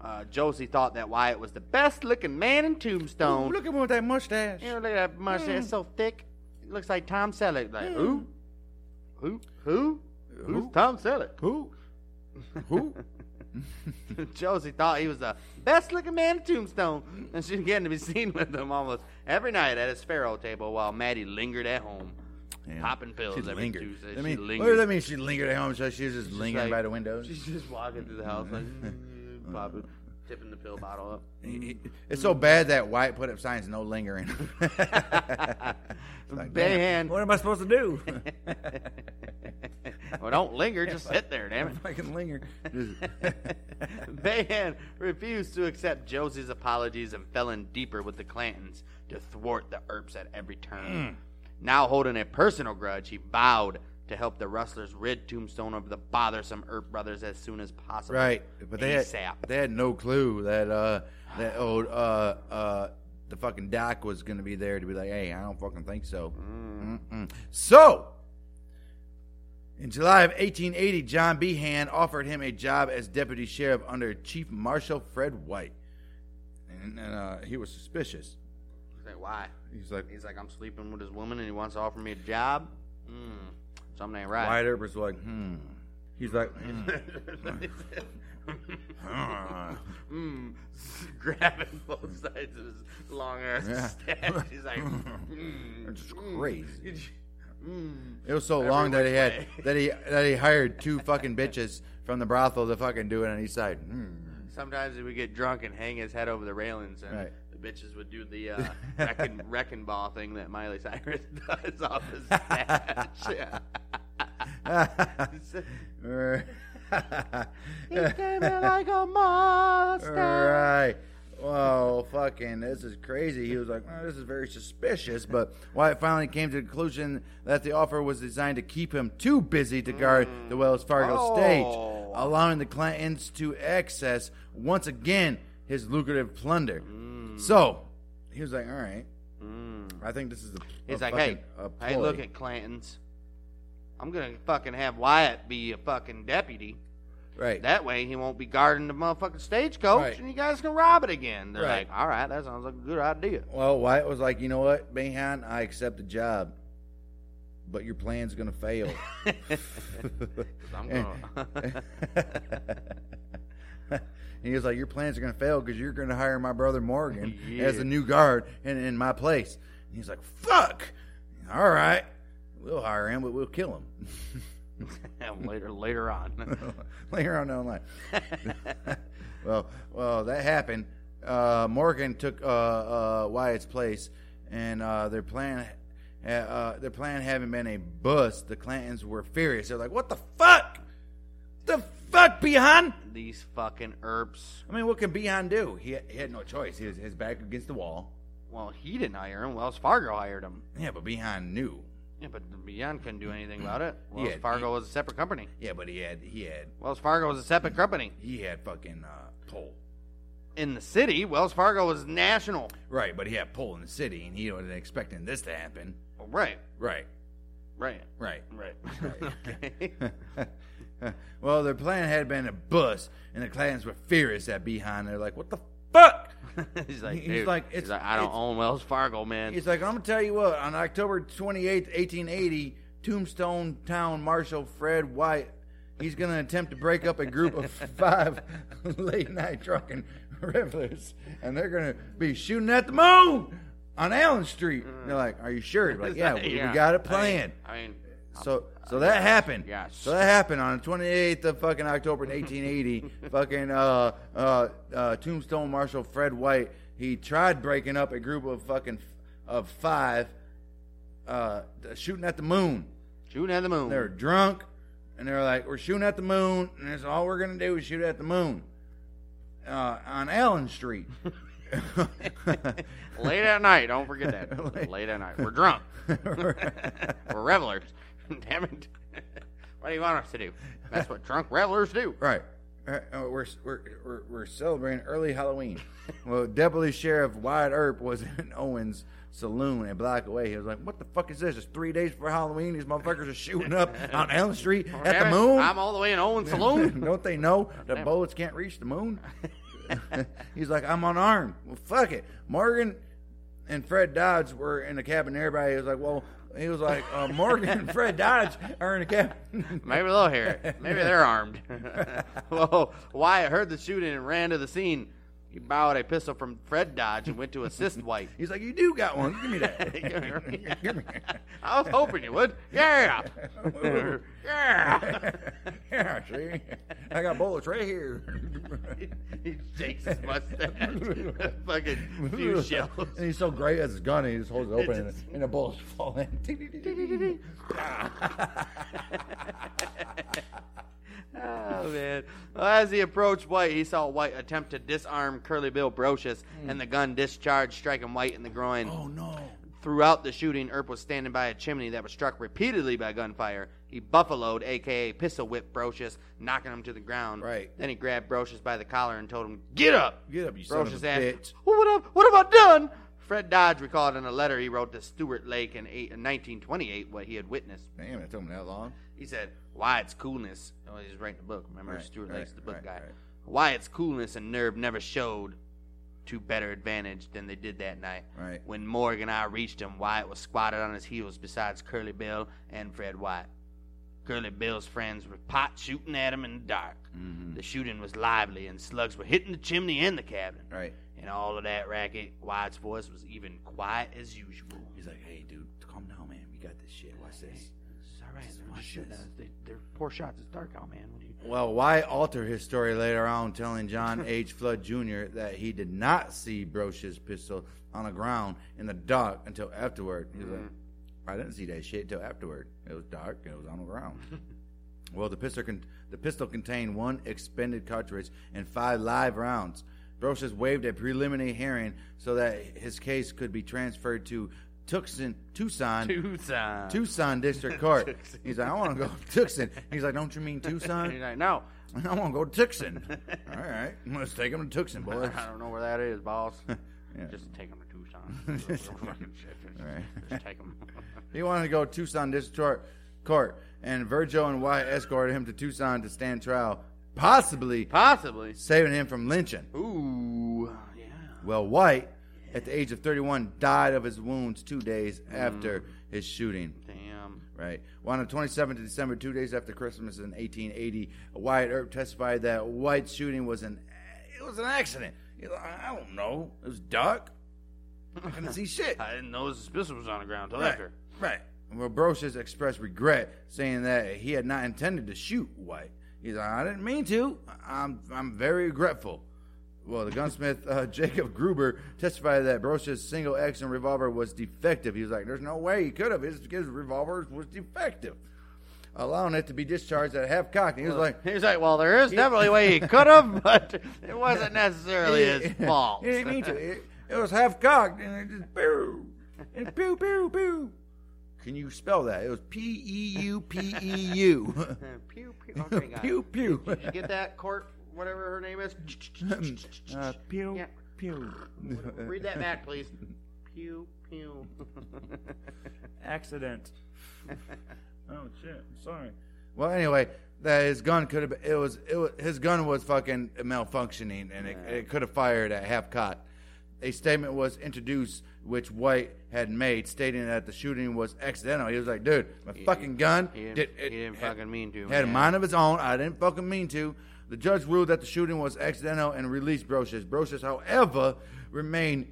Uh, Josie thought that Wyatt was the best looking man in Tombstone. Ooh, look at Hmm. him with that mustache. You know, look at that mustache it's so thick. It looks like Tom Selleck. Like who? Who? Who? Who's Hmm. Who? Tom Selleck? *laughs* Who? Who? Josie thought he was the best looking man in Tombstone, and she began to be *laughs* seen with him almost every night at his Pharaoh table while Maddie lingered at home, Yeah. popping pills She every lingered. Tuesday. I she mean, lingered. What does that mean? She lingered at home, so she was just She's lingering like- by *laughs* the windows. *laughs* She's just walking through the house like mm, popping, tipping the pill bottle up. *laughs* It's so bad that White put up signs, no lingering. *laughs* It's Bayhan. like, damn, What am I supposed to do? *laughs* *laughs* well, don't linger. Just sit there, damn it. if I *laughs* can linger. Just- *laughs* Bayhan refused to accept Josie's apologies and fell in deeper with the Clantons to thwart the Earps at every turn. Hmm. Now holding a personal grudge, he vowed to help the rustlers rid Tombstone of the bothersome Earp brothers as soon as possible. right. But they had, ASAP. they had no clue that uh that oh uh uh the fucking doc was gonna be there to be like, hey, I don't fucking think so. Mm. Mm-mm. So in July of 1880, John B. Hand offered him a job as deputy sheriff under Chief Marshal Fred White, and, and uh, he was suspicious. He's like, why? He's like, He's like, I'm sleeping with this woman and he wants to offer me a job? Mm, something ain't right. Wyatt Earp was like, hmm. He's like, hmm. huh. *laughs* Mm, *laughs* grabbing both sides of his long ass Yeah. staff. He's *laughs* like, mm, It's mm, crazy. mm. It was so long that he which had way. that he that he hired two fucking bitches from the brothel to fucking do it on each side. Hmm. *laughs* Sometimes he would get drunk and hang his head over the railings, and Right. the bitches would do the uh, *laughs* wrecking, wrecking ball thing that Miley Cyrus *laughs* does off his stash. *laughs* Yeah. *laughs* he came in like a monster. Alright. Whoa, fucking, this is crazy. He was like, "Oh, this is very suspicious, but Wyatt finally came to the conclusion that the offer was designed to keep him too busy to guard the Wells Fargo Oh. stage, allowing the Clintons to access, once again, his lucrative plunder. Mm. So, he was like, all right, I think this is a. He's a like, fucking- hey, a hey, ploy." look at Clanton's. I'm gonna fucking have Wyatt be a fucking deputy. Right. That way he won't be guarding the motherfucking stagecoach Right. and you guys can rob it again. They're Right. like, all right, that sounds like a good idea. *laughs* Well, Wyatt was like, you know what, Behan, I accept the job, but your plan's gonna fail. I'm gonna- and he was like, your plans are gonna fail because you're gonna hire my brother Morgan Yeah. as the new guard in, in my place. And he's like, fuck. All right, we'll hire him, but we'll kill him *laughs* *laughs* And later, later on. *laughs* later on down the line. well, well, that happened. Uh, Morgan took uh, uh, Wyatt's place, and uh, their plan, uh, uh, their plan having been a bust, the Clantons were furious. They're like, "What the fuck? The fuck, Behan? These fucking herbs. I mean, what can Behan do? He, he had no choice. He was his back against the wall. Well, he didn't hire him. Wells Fargo hired him. Yeah, but Behan knew. Yeah, but Beyond couldn't do anything about *clears throat* it. Wells Yeah, Fargo was a separate company. Yeah, but he had he had Wells Fargo was a separate company. he had fucking uh, pull. In the city, Wells Fargo was national. Right, but he had pull in the city, and he wasn't expecting this to happen. Oh, Right, Right, right, right. *laughs* right. *laughs* okay. well, their plan had been a bust, and the clans were furious at Behind. They're like, "What the fuck?" *laughs* he's like, He's dude, like, he's it's- like, I don't it's- own Wells Fargo, man. He's like, "I'm gonna tell you what." On October twenty eighth, eighteen eighty, Tombstone Town Marshal Fred White, he's gonna attempt to break up a group of *laughs* five late night drunken revelers, and they're gonna be shooting at the moon on Allen Street. They're like, "Are you sure?" They're like, yeah, we, we got it planned. I mean, I mean So so that happened. yes. So that happened on the 28th of fucking October in 1880. fucking uh, uh, uh, Tombstone Marshal Fred White. He tried breaking up a group of fucking of five, uh, shooting at the moon. shooting at the moon. They were drunk, and they were like, "We're shooting at the moon, and that's all we're gonna do is shoot at the moon." Uh, on Allen Street, Late at night. Don't forget *laughs* that. Late at night. We're drunk. We're revelers. *laughs* Damn it. What do you want us to do? That's what drunk revelers do. Right. Uh, uh, we're, we're, we're, we're celebrating early *laughs* Halloween. well, Deputy Sheriff Wyatt Earp was in *laughs* Owen's saloon a block away. He was like, What the fuck is this? It's three days before Halloween. These motherfuckers are shooting *laughs* up on Elm Street at the Damn it. moon. I'm all the way in Owen *laughs* Saloon. Don't they know the Damn it. bullets can't reach the *laughs* moon? He's like, I'm unarmed. Well, fuck it. Morgan and Fred Dodge were in the cabin. Everybody was like, Well, he was like, uh, Morgan and Fred Dodge are in the cabin. *laughs* Maybe they'll hear it. Maybe they're armed. *laughs* well, Wyatt heard the shooting and ran to the scene. He borrowed a pistol from Fred Dodge and went to assist White. He's like, You do got one. *laughs* Give me that. Give me *laughs* I was hoping you would. Yeah. Yeah. *laughs* yeah, see? I got bullets right *laughs* here. he shakes his mustache. *laughs* Fucking *laughs* few shells. And he's so great as his gun, he just holds it open and, and the bullets fall in. *laughs* *laughs* Oh man! Well, as he approached White, he saw White attempt to disarm Curly Bill Brocious, and the gun discharged, striking White in the groin. oh, no. Throughout the shooting, Earp was standing by a chimney that was struck repeatedly by gunfire. He buffaloed, aka pistol whipped Brocious, knocking him to the ground. Right. Then he grabbed Brocious by the collar and told him, "Get up!" Get up, you son Brocious of a bitch. asked, "Well, "What have what have I done?" Fred Dodge recalled in a letter he wrote to Stuart Lake in eight- in 1928 what he had witnessed. Damn, it took me that long. He said, Wyatt's coolness. Oh, he's writing the book. Remember, Right, Stuart right, Lake's the book right, guy. right. Wyatt's coolness and nerve never showed to better advantage than they did that night. Right. When Morgan and I reached him, Wyatt was squatted on his heels besides Curly Bill and Fred White. Curly Bill's friends were pot shooting at him in the dark. Mm-hmm. The shooting was lively, and slugs were hitting the chimney and the cabin. Right. And all of that racket, Wyatt's voice was even quiet as usual. He's like, hey, dude, calm down, man. We got this shit. Watch this. It's all right. They're, watch just shooting this. us. They- they're poor shots. It's dark out, man. What do you? Well, why alter his story later on, telling *laughs* John H. Flood Jr. that he did not see Broch's pistol on the ground in the dark until afterward? He's like, I didn't see that shit till afterward. It was dark and it was on the *laughs* ground. well, the pistol con- the pistol contained one expended cartridge and five live rounds. Brochus waived a preliminary hearing so that his case could be transferred to Tucson, Tucson, Tucson. *laughs* Tucson District Court. He's like, I want to go to Tucson. He's like, Don't you mean Tucson? *laughs* He's like, no, I want to go to Tucson. All right, *laughs* let's take him to Tucson, boys. *laughs* I *laughs* don't know where that is, boss. Yeah. Just take him to Tucson. *laughs* Just take him. He wanted to go to Tucson District Court- Court, and Virgil and White escorted him to Tucson to stand trial, possibly Possibly. saving him from lynching. Ooh. Yeah. Well, White, at the age of 31, died of his wounds two days after his shooting. Damn. Right. Well, on the 27th of December, two days after Christmas in 1880, Wyatt Earp testified that White's shooting was an it was an accident. He's like, I don't know. It was dark. I couldn't see shit. I didn't know his pistol was on the ground till Right. after. Right. Well, Brocious expressed regret, saying that he had not intended to shoot White. He's like, I didn't mean to. I'm, I'm very regretful. Well, the gunsmith, uh, *laughs* Jacob Gruber, testified that Brocious' single action revolver was defective. He was like, There's no way he could have. His, his revolver was defective, allowing it to be discharged at half cock. And he was like, He's like, well, there is definitely a way he could have, *laughs* but it wasn't necessarily *laughs* *laughs* Yeah, his fault. He didn't mean to. It, it was half cocked, and it just boo, and boo, boo, boo. Can you spell that? It was P E U P E *laughs* U. *laughs* Pew pew. *laughs* Okay, got it. Pew pew. You get that court, whatever her name *laughs* is. Uh, pew Yeah. pew. Read that back, please. Pew pew. Accident. oh shit! Sorry. *laughs* Well, anyway, that his gun could have. been- It was. It was. His gun was fucking malfunctioning, and it, it could have fired at half cock. A statement was introduced, which White had made, stating that the shooting was accidental. He was like, "Dude, my fucking gun He didn't, did he it didn't had- fucking mean to. had a man. mind of his own. I didn't fucking mean to. The judge ruled that the shooting was accidental and released Brocious. Brocious, however, remained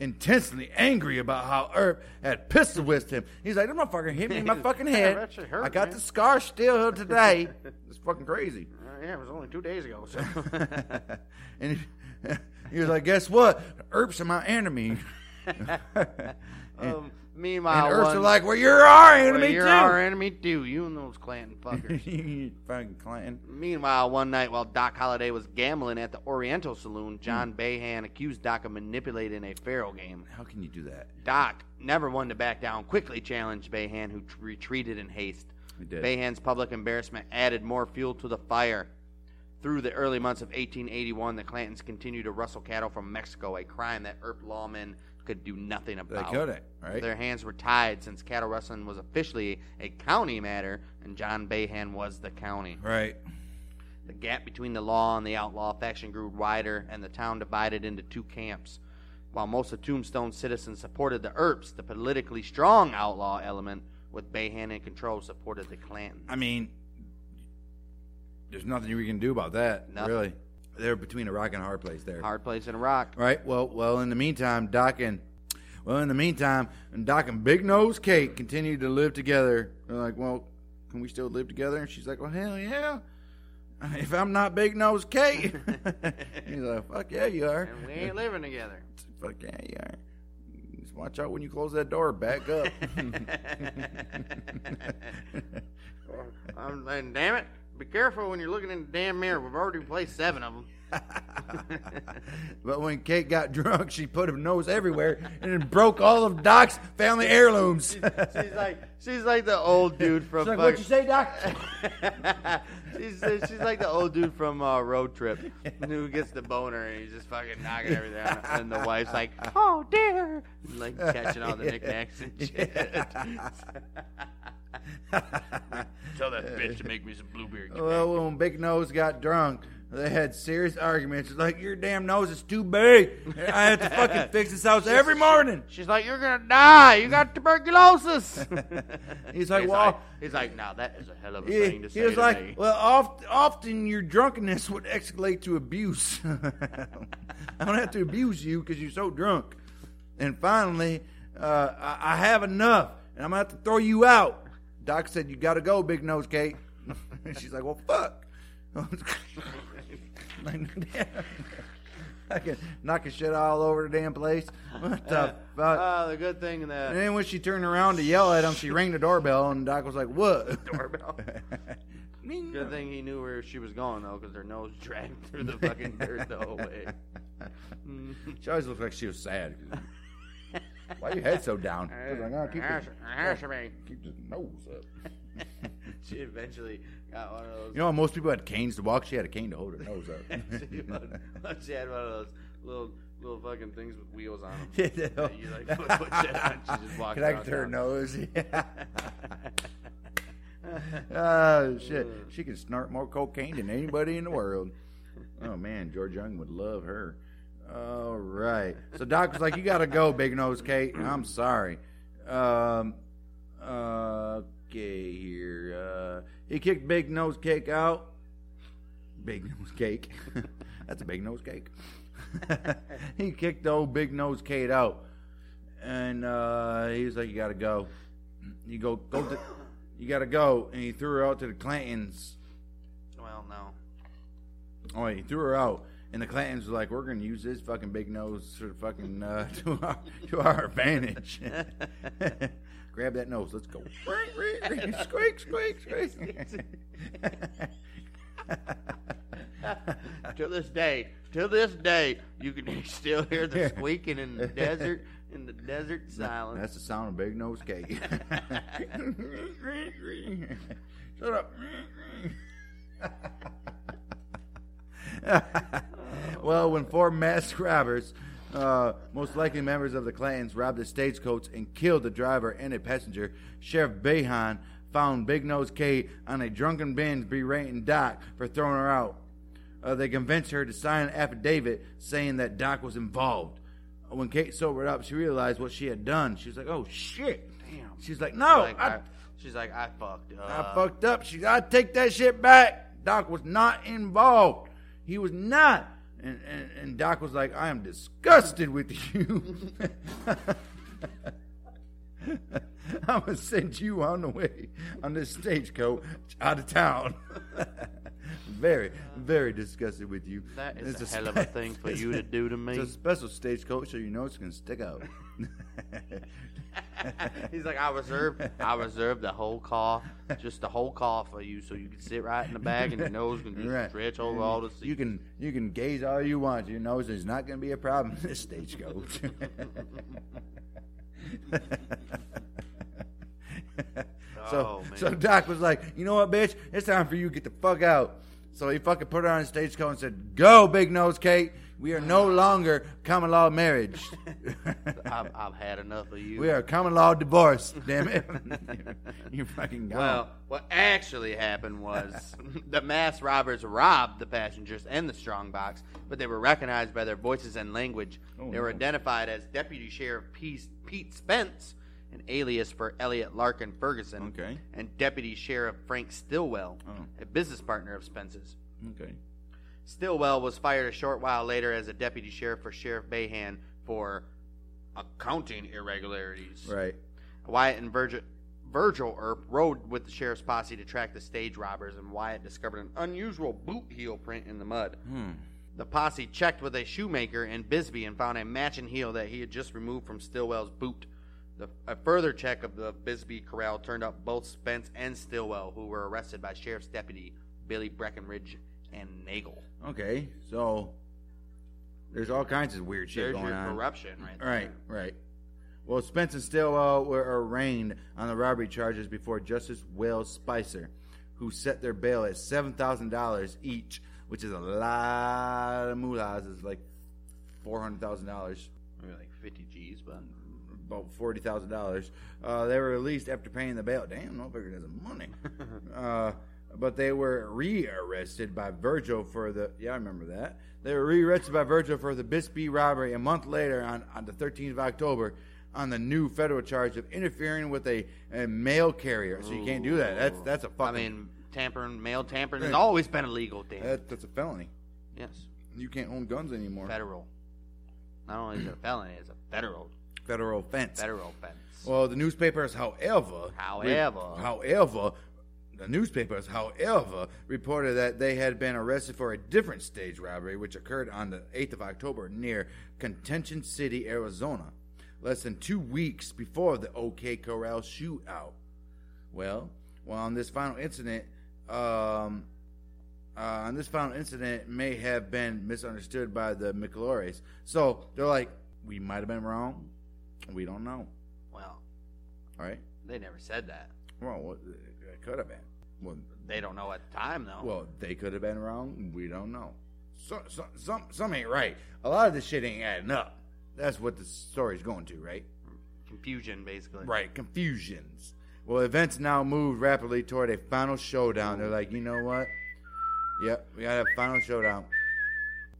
intensely angry about how Earp had pistol whipped him. He's like, "That motherfucker hit me *laughs* in my fucking head. That shit hurt, I got man." the scar still *laughs* here today. It's fucking crazy." *laughs* Uh, yeah, it was only two days ago. So. *laughs* and he, *laughs* *laughs* he was like, "Guess what? Earp's my enemy." um, meanwhile, Meanwhile, and Earths are one- like, well, you're our well, enemy you're too. our enemy too. You and those Clanton *laughs* fuckers. You fucking Clinton. Meanwhile, one night while Doc Holliday was gambling at the Oriental Saloon, John Hmm. Behan accused Doc of manipulating a feral game. How can you do that? Doc, never one to back down, quickly challenged Behan, who t- retreated in haste. He did. Behan's public embarrassment added more fuel to the fire. Through the early months of 1881, the Clantons continued to rustle cattle from Mexico, a crime that ERP lawmen could do nothing They about. couldn't, right? Their hands were tied since cattle rustling was officially a county matter, and John Behan was the county. Right. The gap between the law and the outlaw faction grew wider, and the town divided into two camps. While most of Tombstone's citizens supported the Earps, the politically strong outlaw element with Bayhan in control supported the Clanton. I mean, there's nothing you can do about that, Nothing. really. They're between a rock and a hard place there. Hard place in a rock. Right. Well, well. In the meantime, Doc and well, in the meantime, Doc and Big Nose Kate continued to live together. They're like, well, can we still live together? And she's like, well, hell yeah. *laughs* If I'm not Big Nose Kate, *laughs* he's like, fuck yeah, you are. And we ain't living together. Fuck yeah, you are. Just watch out when you close that door. *laughs* Back up. *laughs* Um, and damn it, be careful when you're looking in the damn mirror. We've already placed seven of *laughs* them. but when Kate got *laughs* drunk, she put her nose everywhere and it broke all of Doc's family *laughs* heirlooms. She's like, she's like the old dude from. She's like, fuck- what'd you say, *laughs* Doc? *laughs* she's, she's like the old dude from uh, Road Trip who gets the boner and he's just fucking knocking everything out. And the wife's like, oh, dear. And, like catching all *laughs* the knickknacks and shit. Tell that bitch to make me some blueberry. Well, when Big Nose got drunk, they had serious arguments. It's like, your damn nose is too big. I have to fucking fix this *laughs* house every morning. She's like, you're going to die. You got *laughs* tuberculosis. He's like, well, he's like, now that is a hell of a he, thing to he say was to like, me. well, oft, often your drunkenness would escalate to abuse. *laughs* I don't have to abuse you because you're so drunk. And finally, uh, I, I have enough, and I'm going to have to throw you out. Doc said, you got to go, Big Nose Kate. and *laughs* she's like, well, fuck. *laughs* like, *laughs* damn. I can knocking shit all over the damn place. What the fuck? Oh, the good thing And that then when she turned around to yell at him, she rang the doorbell, and Doc was like, "What?" doorbell. Ding. *laughs* Good thing he knew where she was going though, because her nose dragged through the fucking dirt the whole *laughs* way. She always looked like she was sad. Why your head so down? Uh, She was like, "Oh, keep, Ash- the, ash me. keep the nose up." *laughs* *laughs* She eventually got one of those. *laughs* You know, how most people had canes to walk. She had a cane to hold her nose up. she, had, she had one of those little little fucking things with wheels on *laughs* them. You know? You like put, put shit on. She just walked around Connect her town. *laughs* nose. oh shit! She can snort more cocaine than anybody in the world. Oh man, George Young would love her. All right. So Doc was like, "You gotta go, Big Nose Kate. I'm sorry." Um, okay, here. Uh, he kicked Big Nose Cake out. Big Nose Cake. *laughs* That's a big nose cake. he kicked old Big Nose Kate out and uh, he was like, "You gotta go. You go, go. To, you gotta go." And he threw her out to the Clantons. Well, no. *laughs* Oh, he threw her out, and the Clantons were like, "We're gonna use this fucking big nose to fucking uh, *laughs* to our to our advantage." *laughs* Grab that nose. Let's go. *laughs* Ring, ring, ring. squeak, squeak, squeak. *laughs* to this day, to this day, you can *laughs* still hear *laughs* the squeaking in the desert, in the desert silence. That's the sound of big nose cake. Shut up. well, when four masked robbers, uh, most likely members of the clans, robbed the stagecoach and killed the driver and a passenger, Sheriff Behan found Big Nose Kate on a drunken binge berating Doc for throwing her out. Uh, they convinced her to sign an affidavit saying that Doc was involved. When Kate sobered up, she realized what she had done. She was like, "Oh shit!" Damn. She's like, "No, Like, I, I- she's like, I fucked up. I fucked up. She I take that shit back. Doc was not involved. He was not. And, and, and Doc was like, I am disgusted with *laughs* you. I'm going to send you on the way on this stagecoach out of town. *laughs* very, very disgusted with you. That is It's a *laughs* hell of a spe- thing for you to do to me. *laughs* *laughs* It's a special stagecoach so your nose can stick out. He's like, I reserved, I reserved the whole call, just the whole call for you, so you can sit right in the back and your nose can just Right. stretch over all the seats. You can you can gaze all you want. Your nose is not going to be a problem in this stagecoach. *laughs* so Oh, so man. Doc was like, you know what, bitch? It's time for you to get the fuck out. So he fucking put her on a stagecoach and said, "Go, big nose Kate. We are no Ah. longer common *laughs* law marriage. I've, I've had enough of you. we are common law divorce. Damn it! *laughs* you fucking gone. Well, what actually happened was *laughs* the mass robbers robbed the passengers and the strongbox, but they were recognized by their voices and language. Oh, they were no. identified as Deputy Sheriff Pete, Pete Spence, an alias for Elliot Larkin Ferguson, Okay. and Deputy Sheriff Frank Stillwell, Oh. a business partner of Spence's. okay. Stillwell was fired a short while later as a deputy sheriff for Sheriff Bayhan for accounting irregularities. Right. Wyatt and Virgil, Virgil Earp rode with the sheriff's posse to track the stage robbers, and Wyatt discovered an unusual boot heel print in the mud. Hmm. The posse checked with a shoemaker in Bisbee and found a matching heel that he had just removed from Stillwell's boot. The, a further check of the Bisbee corral turned up both Spence and Stillwell, who were arrested by sheriff's deputy Billy Breckenridge and Nagel. Okay, so there's all kinds of weird shit There's going your on. corruption, right? there. Right, right. Well, Spence and Stillwell were arraigned on the robbery charges before Justice Wells Spicer, who set their bail at seven thousand dollars each, which is a lot of moolahs. It's like four hundred thousand dollars, Maybe like 50 G's, but about forty thousand dollars. Uh, they were released after paying the bail. Damn, no figure *laughs* doesn't money. uh, but they were re-arrested by Virgil for the yeah, I remember that. They were re-arrested by Virgil for the Bisbee robbery a month later on, on the 13th of October on the new federal charge of interfering with a, a mail carrier. So you can't do that. That's that's a I fucking mean, tampering, mail tampering has Right. always been illegal, Dan. that, that's a felony. yes. You can't own guns anymore. federal. Not only is it a felony, it's a federal Federal offense. federal offense. Well, the newspapers, however, However. however, the newspapers, however, reported that they had been arrested for a different stage robbery, which occurred on the 8th of October near Contention City, Arizona, less than two weeks before the OK Corral shootout. Well, well, on this final incident, um, uh, on this final incident may have been misunderstood by the McLaurys. So they're like, we might have been wrong. We don't know. Well, All right. they never said that. Well, what- it could have been. Well, They don't know at the time though. well, they could have been wrong. We don't know. So, so, some, some ain't right. A lot of this shit ain't adding up. That's what the story's going to, right? Confusion, basically. Right. Confusions. Well, events now moved rapidly toward a final showdown. They're like, you know what? Yep, we got a final showdown.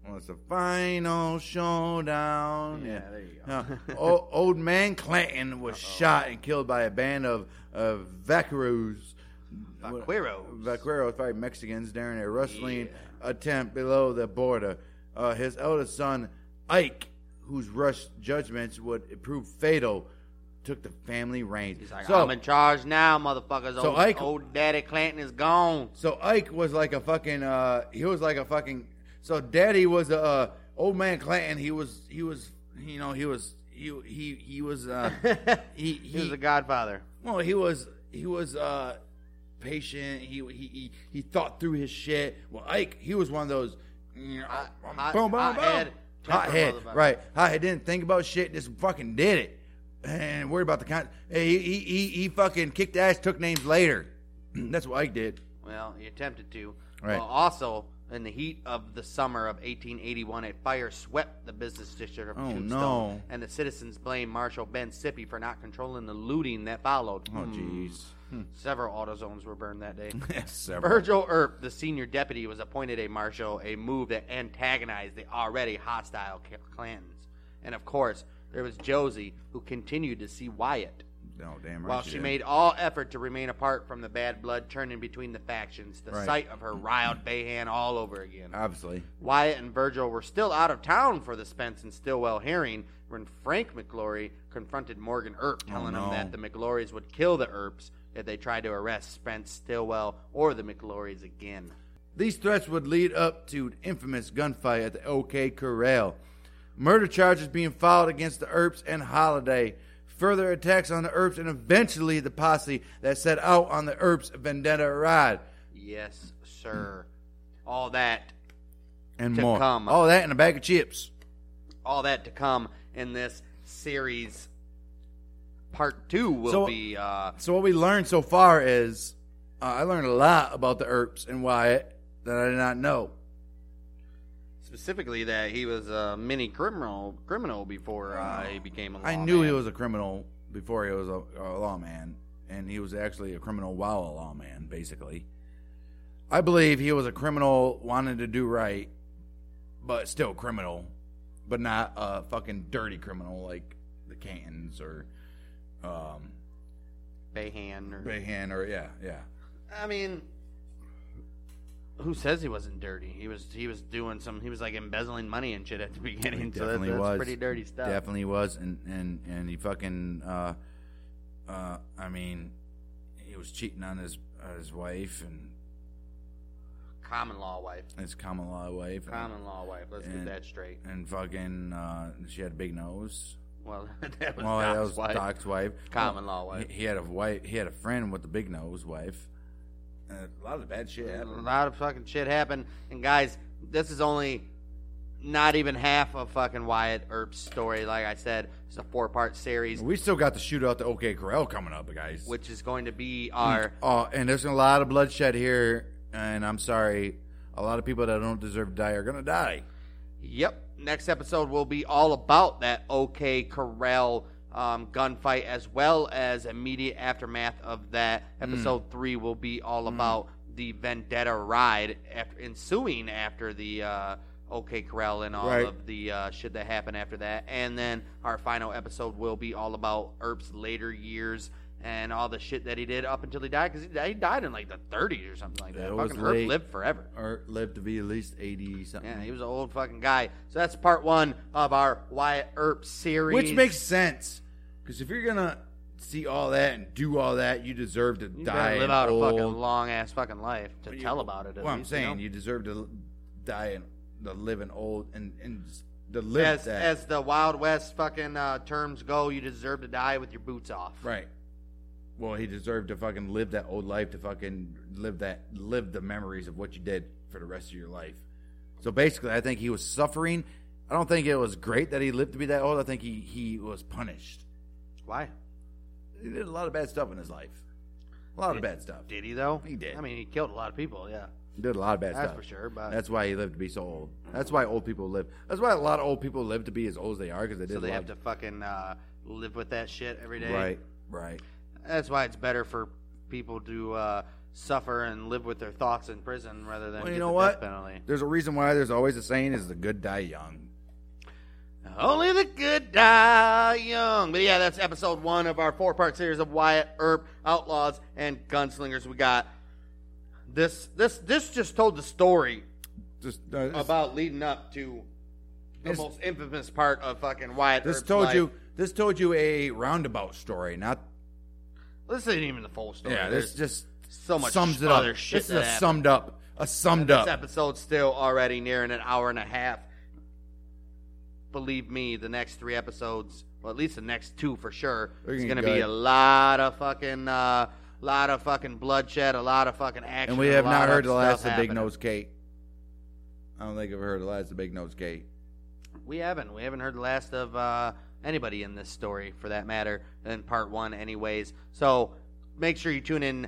Well, it's a final showdown. Yeah, Yeah. there you go. *laughs* Now, o- old man Clanton was shot and killed by a band of, of vaqueros. Vaqueros. Vaqueros, probably Mexicans, during a wrestling attempt below the border. Uh, his eldest son, Ike, whose rushed judgments would prove fatal, took the family reins. He's like, so, I'm in charge now, motherfuckers. So old, I c- old Daddy Clanton is gone. *laughs* so Ike was like a fucking. Uh, he was like a fucking. So Daddy was a uh, old man Clanton. He was. He was. You know. He was. He he he *laughs* was. Uh, he, he He was the Godfather. Well, he was he was uh patient. He he he, he thought through his shit. Well, Ike, he was one of those you know, Hot- boom, hot- boom, boom, hothead, boom. temper Hothead, motherfucker. right? Hothead didn't think about shit. Just fucking did it, and worried about the con. He he he, he fucking kicked ass, took names later. *clears throat* That's what Ike did. Well, he attempted to. Right. Well, also, in the heat of the summer of 1881, a fire swept the business district of Oh, Tombstone, no. and the citizens blamed Marshal Ben Sippy for not controlling the looting that followed. Oh, Hmm. jeez. *laughs* Several AutoZones were burned that day. *laughs* Several. Virgil Earp, the senior deputy, was appointed a marshal, a move that antagonized the already hostile Cl- Clantons. And of course, there was Josie, who continued to see Wyatt. No, Oh, damn right. While she she did. made all effort to remain apart from the bad blood churning between the factions, the Right. Uh, sight of her riled Bayhan all over again. obviously. Wyatt and Virgil were still out of town for the Spence and Stillwell hearing when Frank McLaury confronted Morgan Earp, telling Oh, him no. that the McLaurys would kill the Earps if they tried to arrest Spence, Stillwell, or the McLaurys again. These threats would lead up to an infamous gunfight at the OK Corral. Murder charges being filed against the Earps and Holiday. further attacks on the Earps, and eventually the posse that set out on the Earps vendetta ride Yes, sir. All that, and To more. come. All that in a bag of chips. all that to come in this series. Part two will So- be uh, So what we learned so far is uh, I learned a lot about the Earps and Wyatt that I did not know. specifically that he was a mini criminal criminal before uh, he became a Oh. I knew he lawman. was a criminal before he was a, a lawman, and he was actually a criminal while a lawman, basically. I believe he was a criminal wanting to do right, but still criminal, but not a fucking dirty criminal like the Cantons or um, Behan. Or, Behan or yeah, yeah. I mean, who says he wasn't dirty? He was. He was doing some. He was like embezzling money and shit at the beginning. so that, definitely that's was. pretty dirty stuff. Definitely was, and and and he fucking, uh, uh, I mean, he was cheating on his on his wife and Common law wife. his common law wife. and- Common law wife. Let's get And- that straight. and fucking uh, she had a big nose. Well, *laughs* that was well, that Doc's was wife. Doc's wife. Common law Well, wife. he, he had a wife. He had a friend with a big nose wife. Uh, And a lot of bad shit Uh, A happened. lot of fucking shit happened. And guys, this is only not even half of fucking Wyatt Earp's story. Like I said, it's a four part series, We still got the shootout to OK Corral coming up, guys. which is going to be our. Oh, and there's a lot of bloodshed here. And I'm sorry, a lot of people that don't deserve to die are gonna die. Yep. Next episode will be all about that OK Corral um, gunfight, as well as immediate aftermath of that. Hmm. Episode three will be all about the vendetta ride after ensuing after the uh, OK Corral and all Right. of the uh, shit that happened after that, and then our final episode will be all about Earp's later years. And all the shit that he did up until he died, because he, he died in like the 30s or something like that. It was Fucking Earp late. lived forever. Or live to be at least eighty something. Yeah, he was an old fucking guy. So that's part one of our Wyatt Earp series. Which makes sense, because if you're gonna see all that and do all that, you deserve to you die. better live and out a old. fucking long ass fucking life to But you- tell about it. at Well, I'm least, you saying know? you deserve to l- die and the living old and and s- the live as that as the Wild West fucking uh, terms go, you deserve to die with your boots off. right. Well, he deserved to fucking live that old life to fucking live that live the memories of what you did for the rest of your life. So basically, I think he was suffering. I don't think it was great that he lived to be that old. I think he he was punished. Why? He did a lot of bad stuff in his life. A lot of bad stuff. Did he though? He did. I mean, he killed a lot of people. Yeah, He did a lot of bad that's stuff. for sure. But That's why he lived to be so old. That's why old people live. That's why a lot of old people live to be as old as they are because they did. so a they lot have to fucking uh, live with that shit every day. Right, right. That's why it's better for people to uh, suffer and live with their thoughts in prison rather than Well, you get know the death what? penalty. There's a reason why there's always a saying is the good die young. Only the good die young. But yeah, that's episode one of our four part series of Wyatt Earp, Outlaws, and Gunslingers. We got this this this just told the story Just uh, this, about leading up to the This- most infamous part of fucking Wyatt this Earp's told life. you this told you a roundabout story, not This isn't even the full story. yeah. Oh, This There's just so much sums it other up. shit this is that a happened. summed up, a summed This up. episode's still already nearing an hour and a half. Believe me, the next three episodes, well, at least the next two for sure, They're it's gonna gonna go- be a lot of fucking, uh, lot of fucking bloodshed, a lot of fucking action, And we a have lot not heard the stuff last of Big happening. Nose Kate. I don't think I've heard the last of Big Nose Kate. We haven't. We haven't heard the last of uh, anybody in this story, for that matter, in part one, anyways. So make sure you tune in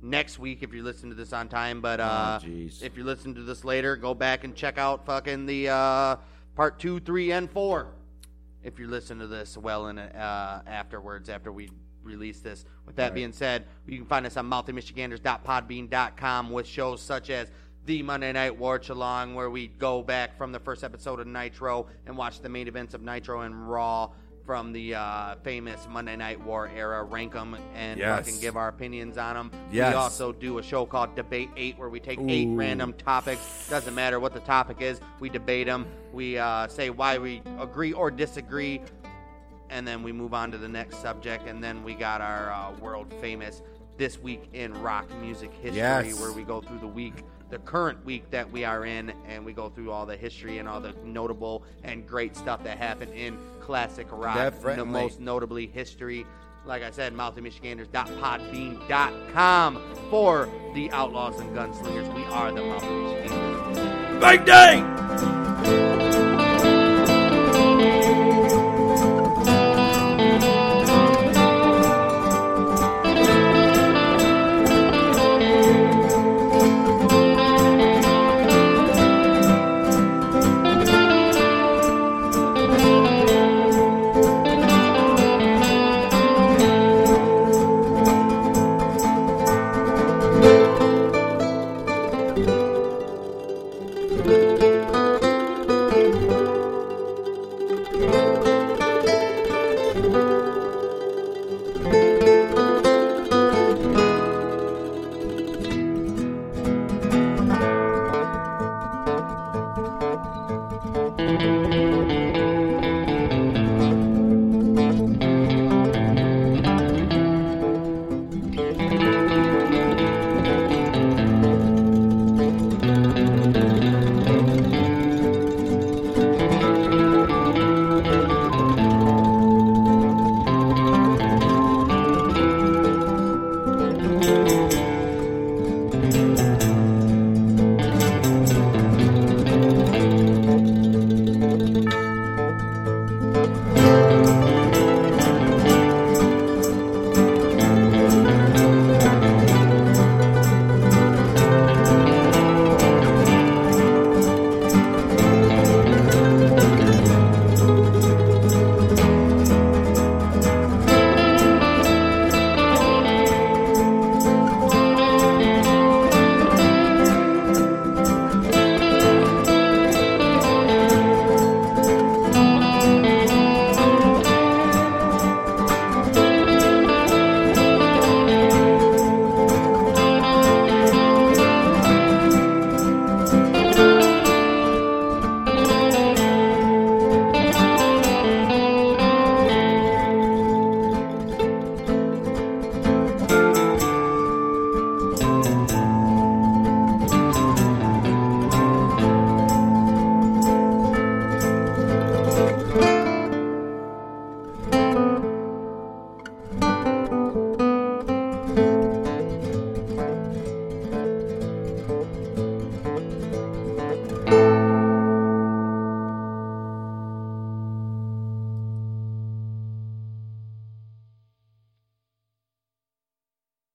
next week if you listen to this on time. But uh, jeez. if you listen to this later, go back and check out fucking the uh, part two, three, and four. If you listen to this well in uh, afterwards, after we release this. With that being said, you can find us on mouthymichiganders.podbean.com with shows such as the Monday Night War Chalong, where we go back from the first episode of Nitro and watch the main events of Nitro and Raw from the uh, famous Monday Night War era, rank them and Yes. fucking give our opinions on them. Yes. We also do a show called Debate 8 where we take eight random topics. Doesn't matter what the topic is, we debate them. We uh, say why we agree or disagree, and then we move on to the next subject. And then we got our uh, world famous This Week in Rock Music History Yes. where we go through the week the current week that we are in, and we go through all the history and all the notable and great stuff that happened in classic rock. The Definitely. most notably history. Like I said, mouthymichiganders.podbean.com for the Outlaws and Gunslingers. We are the Mouthy Michiganders. Big day!